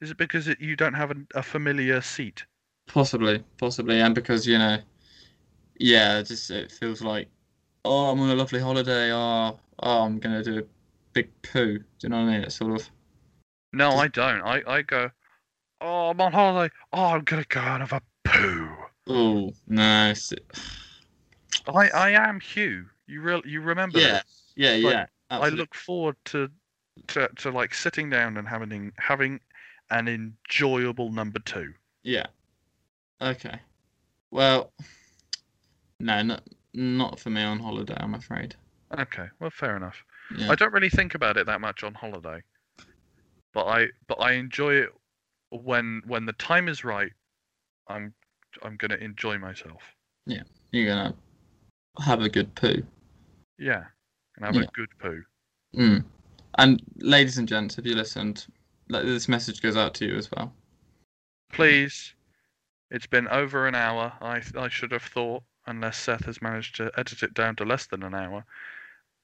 S2: Is it because it, you don't have an, a familiar seat?
S1: Possibly, possibly, and because you know, yeah, it just it feels like, oh, I'm on a lovely holiday. Oh, oh, I'm gonna do a big poo. Do you know what I mean? It's sort of
S2: No,
S1: Does-
S2: I don't. I, I go, oh, I'm on holiday. Oh, I'm going to go and have a poo.
S1: oh no, it's,
S2: I, I am Hugh. You real you remember?
S1: yeah,
S2: this.
S1: yeah,
S2: Like,
S1: yeah.
S2: I
S1: absolutely.
S2: look forward to, to to like sitting down and having having an enjoyable number two.
S1: Yeah. Okay. Well, no, not not for me on holiday. I'm afraid.
S2: Okay, well, fair enough.
S1: Yeah.
S2: I don't really think about it that much on holiday, but I but I enjoy it when when the time is right. I'm I'm gonna enjoy myself.
S1: You're gonna have a good poo.
S2: Yeah, and have
S1: Yeah.
S2: a good poo.
S1: Mm. And ladies and gents, if you listened, like, this message goes out to you as well.
S2: Please, it's been over an hour. I I should have thought, unless Seth has managed to edit it down to less than an hour,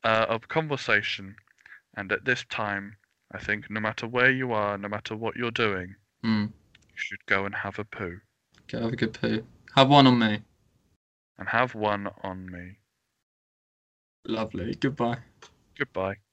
S2: uh, of conversation. And at this time, I think no matter where you are, no matter what you're doing,
S1: Mm.
S2: you should go and have a poo
S1: Go have a good poo. Have one on me.
S2: and have one on me.
S3: Lovely. Goodbye.
S1: Goodbye.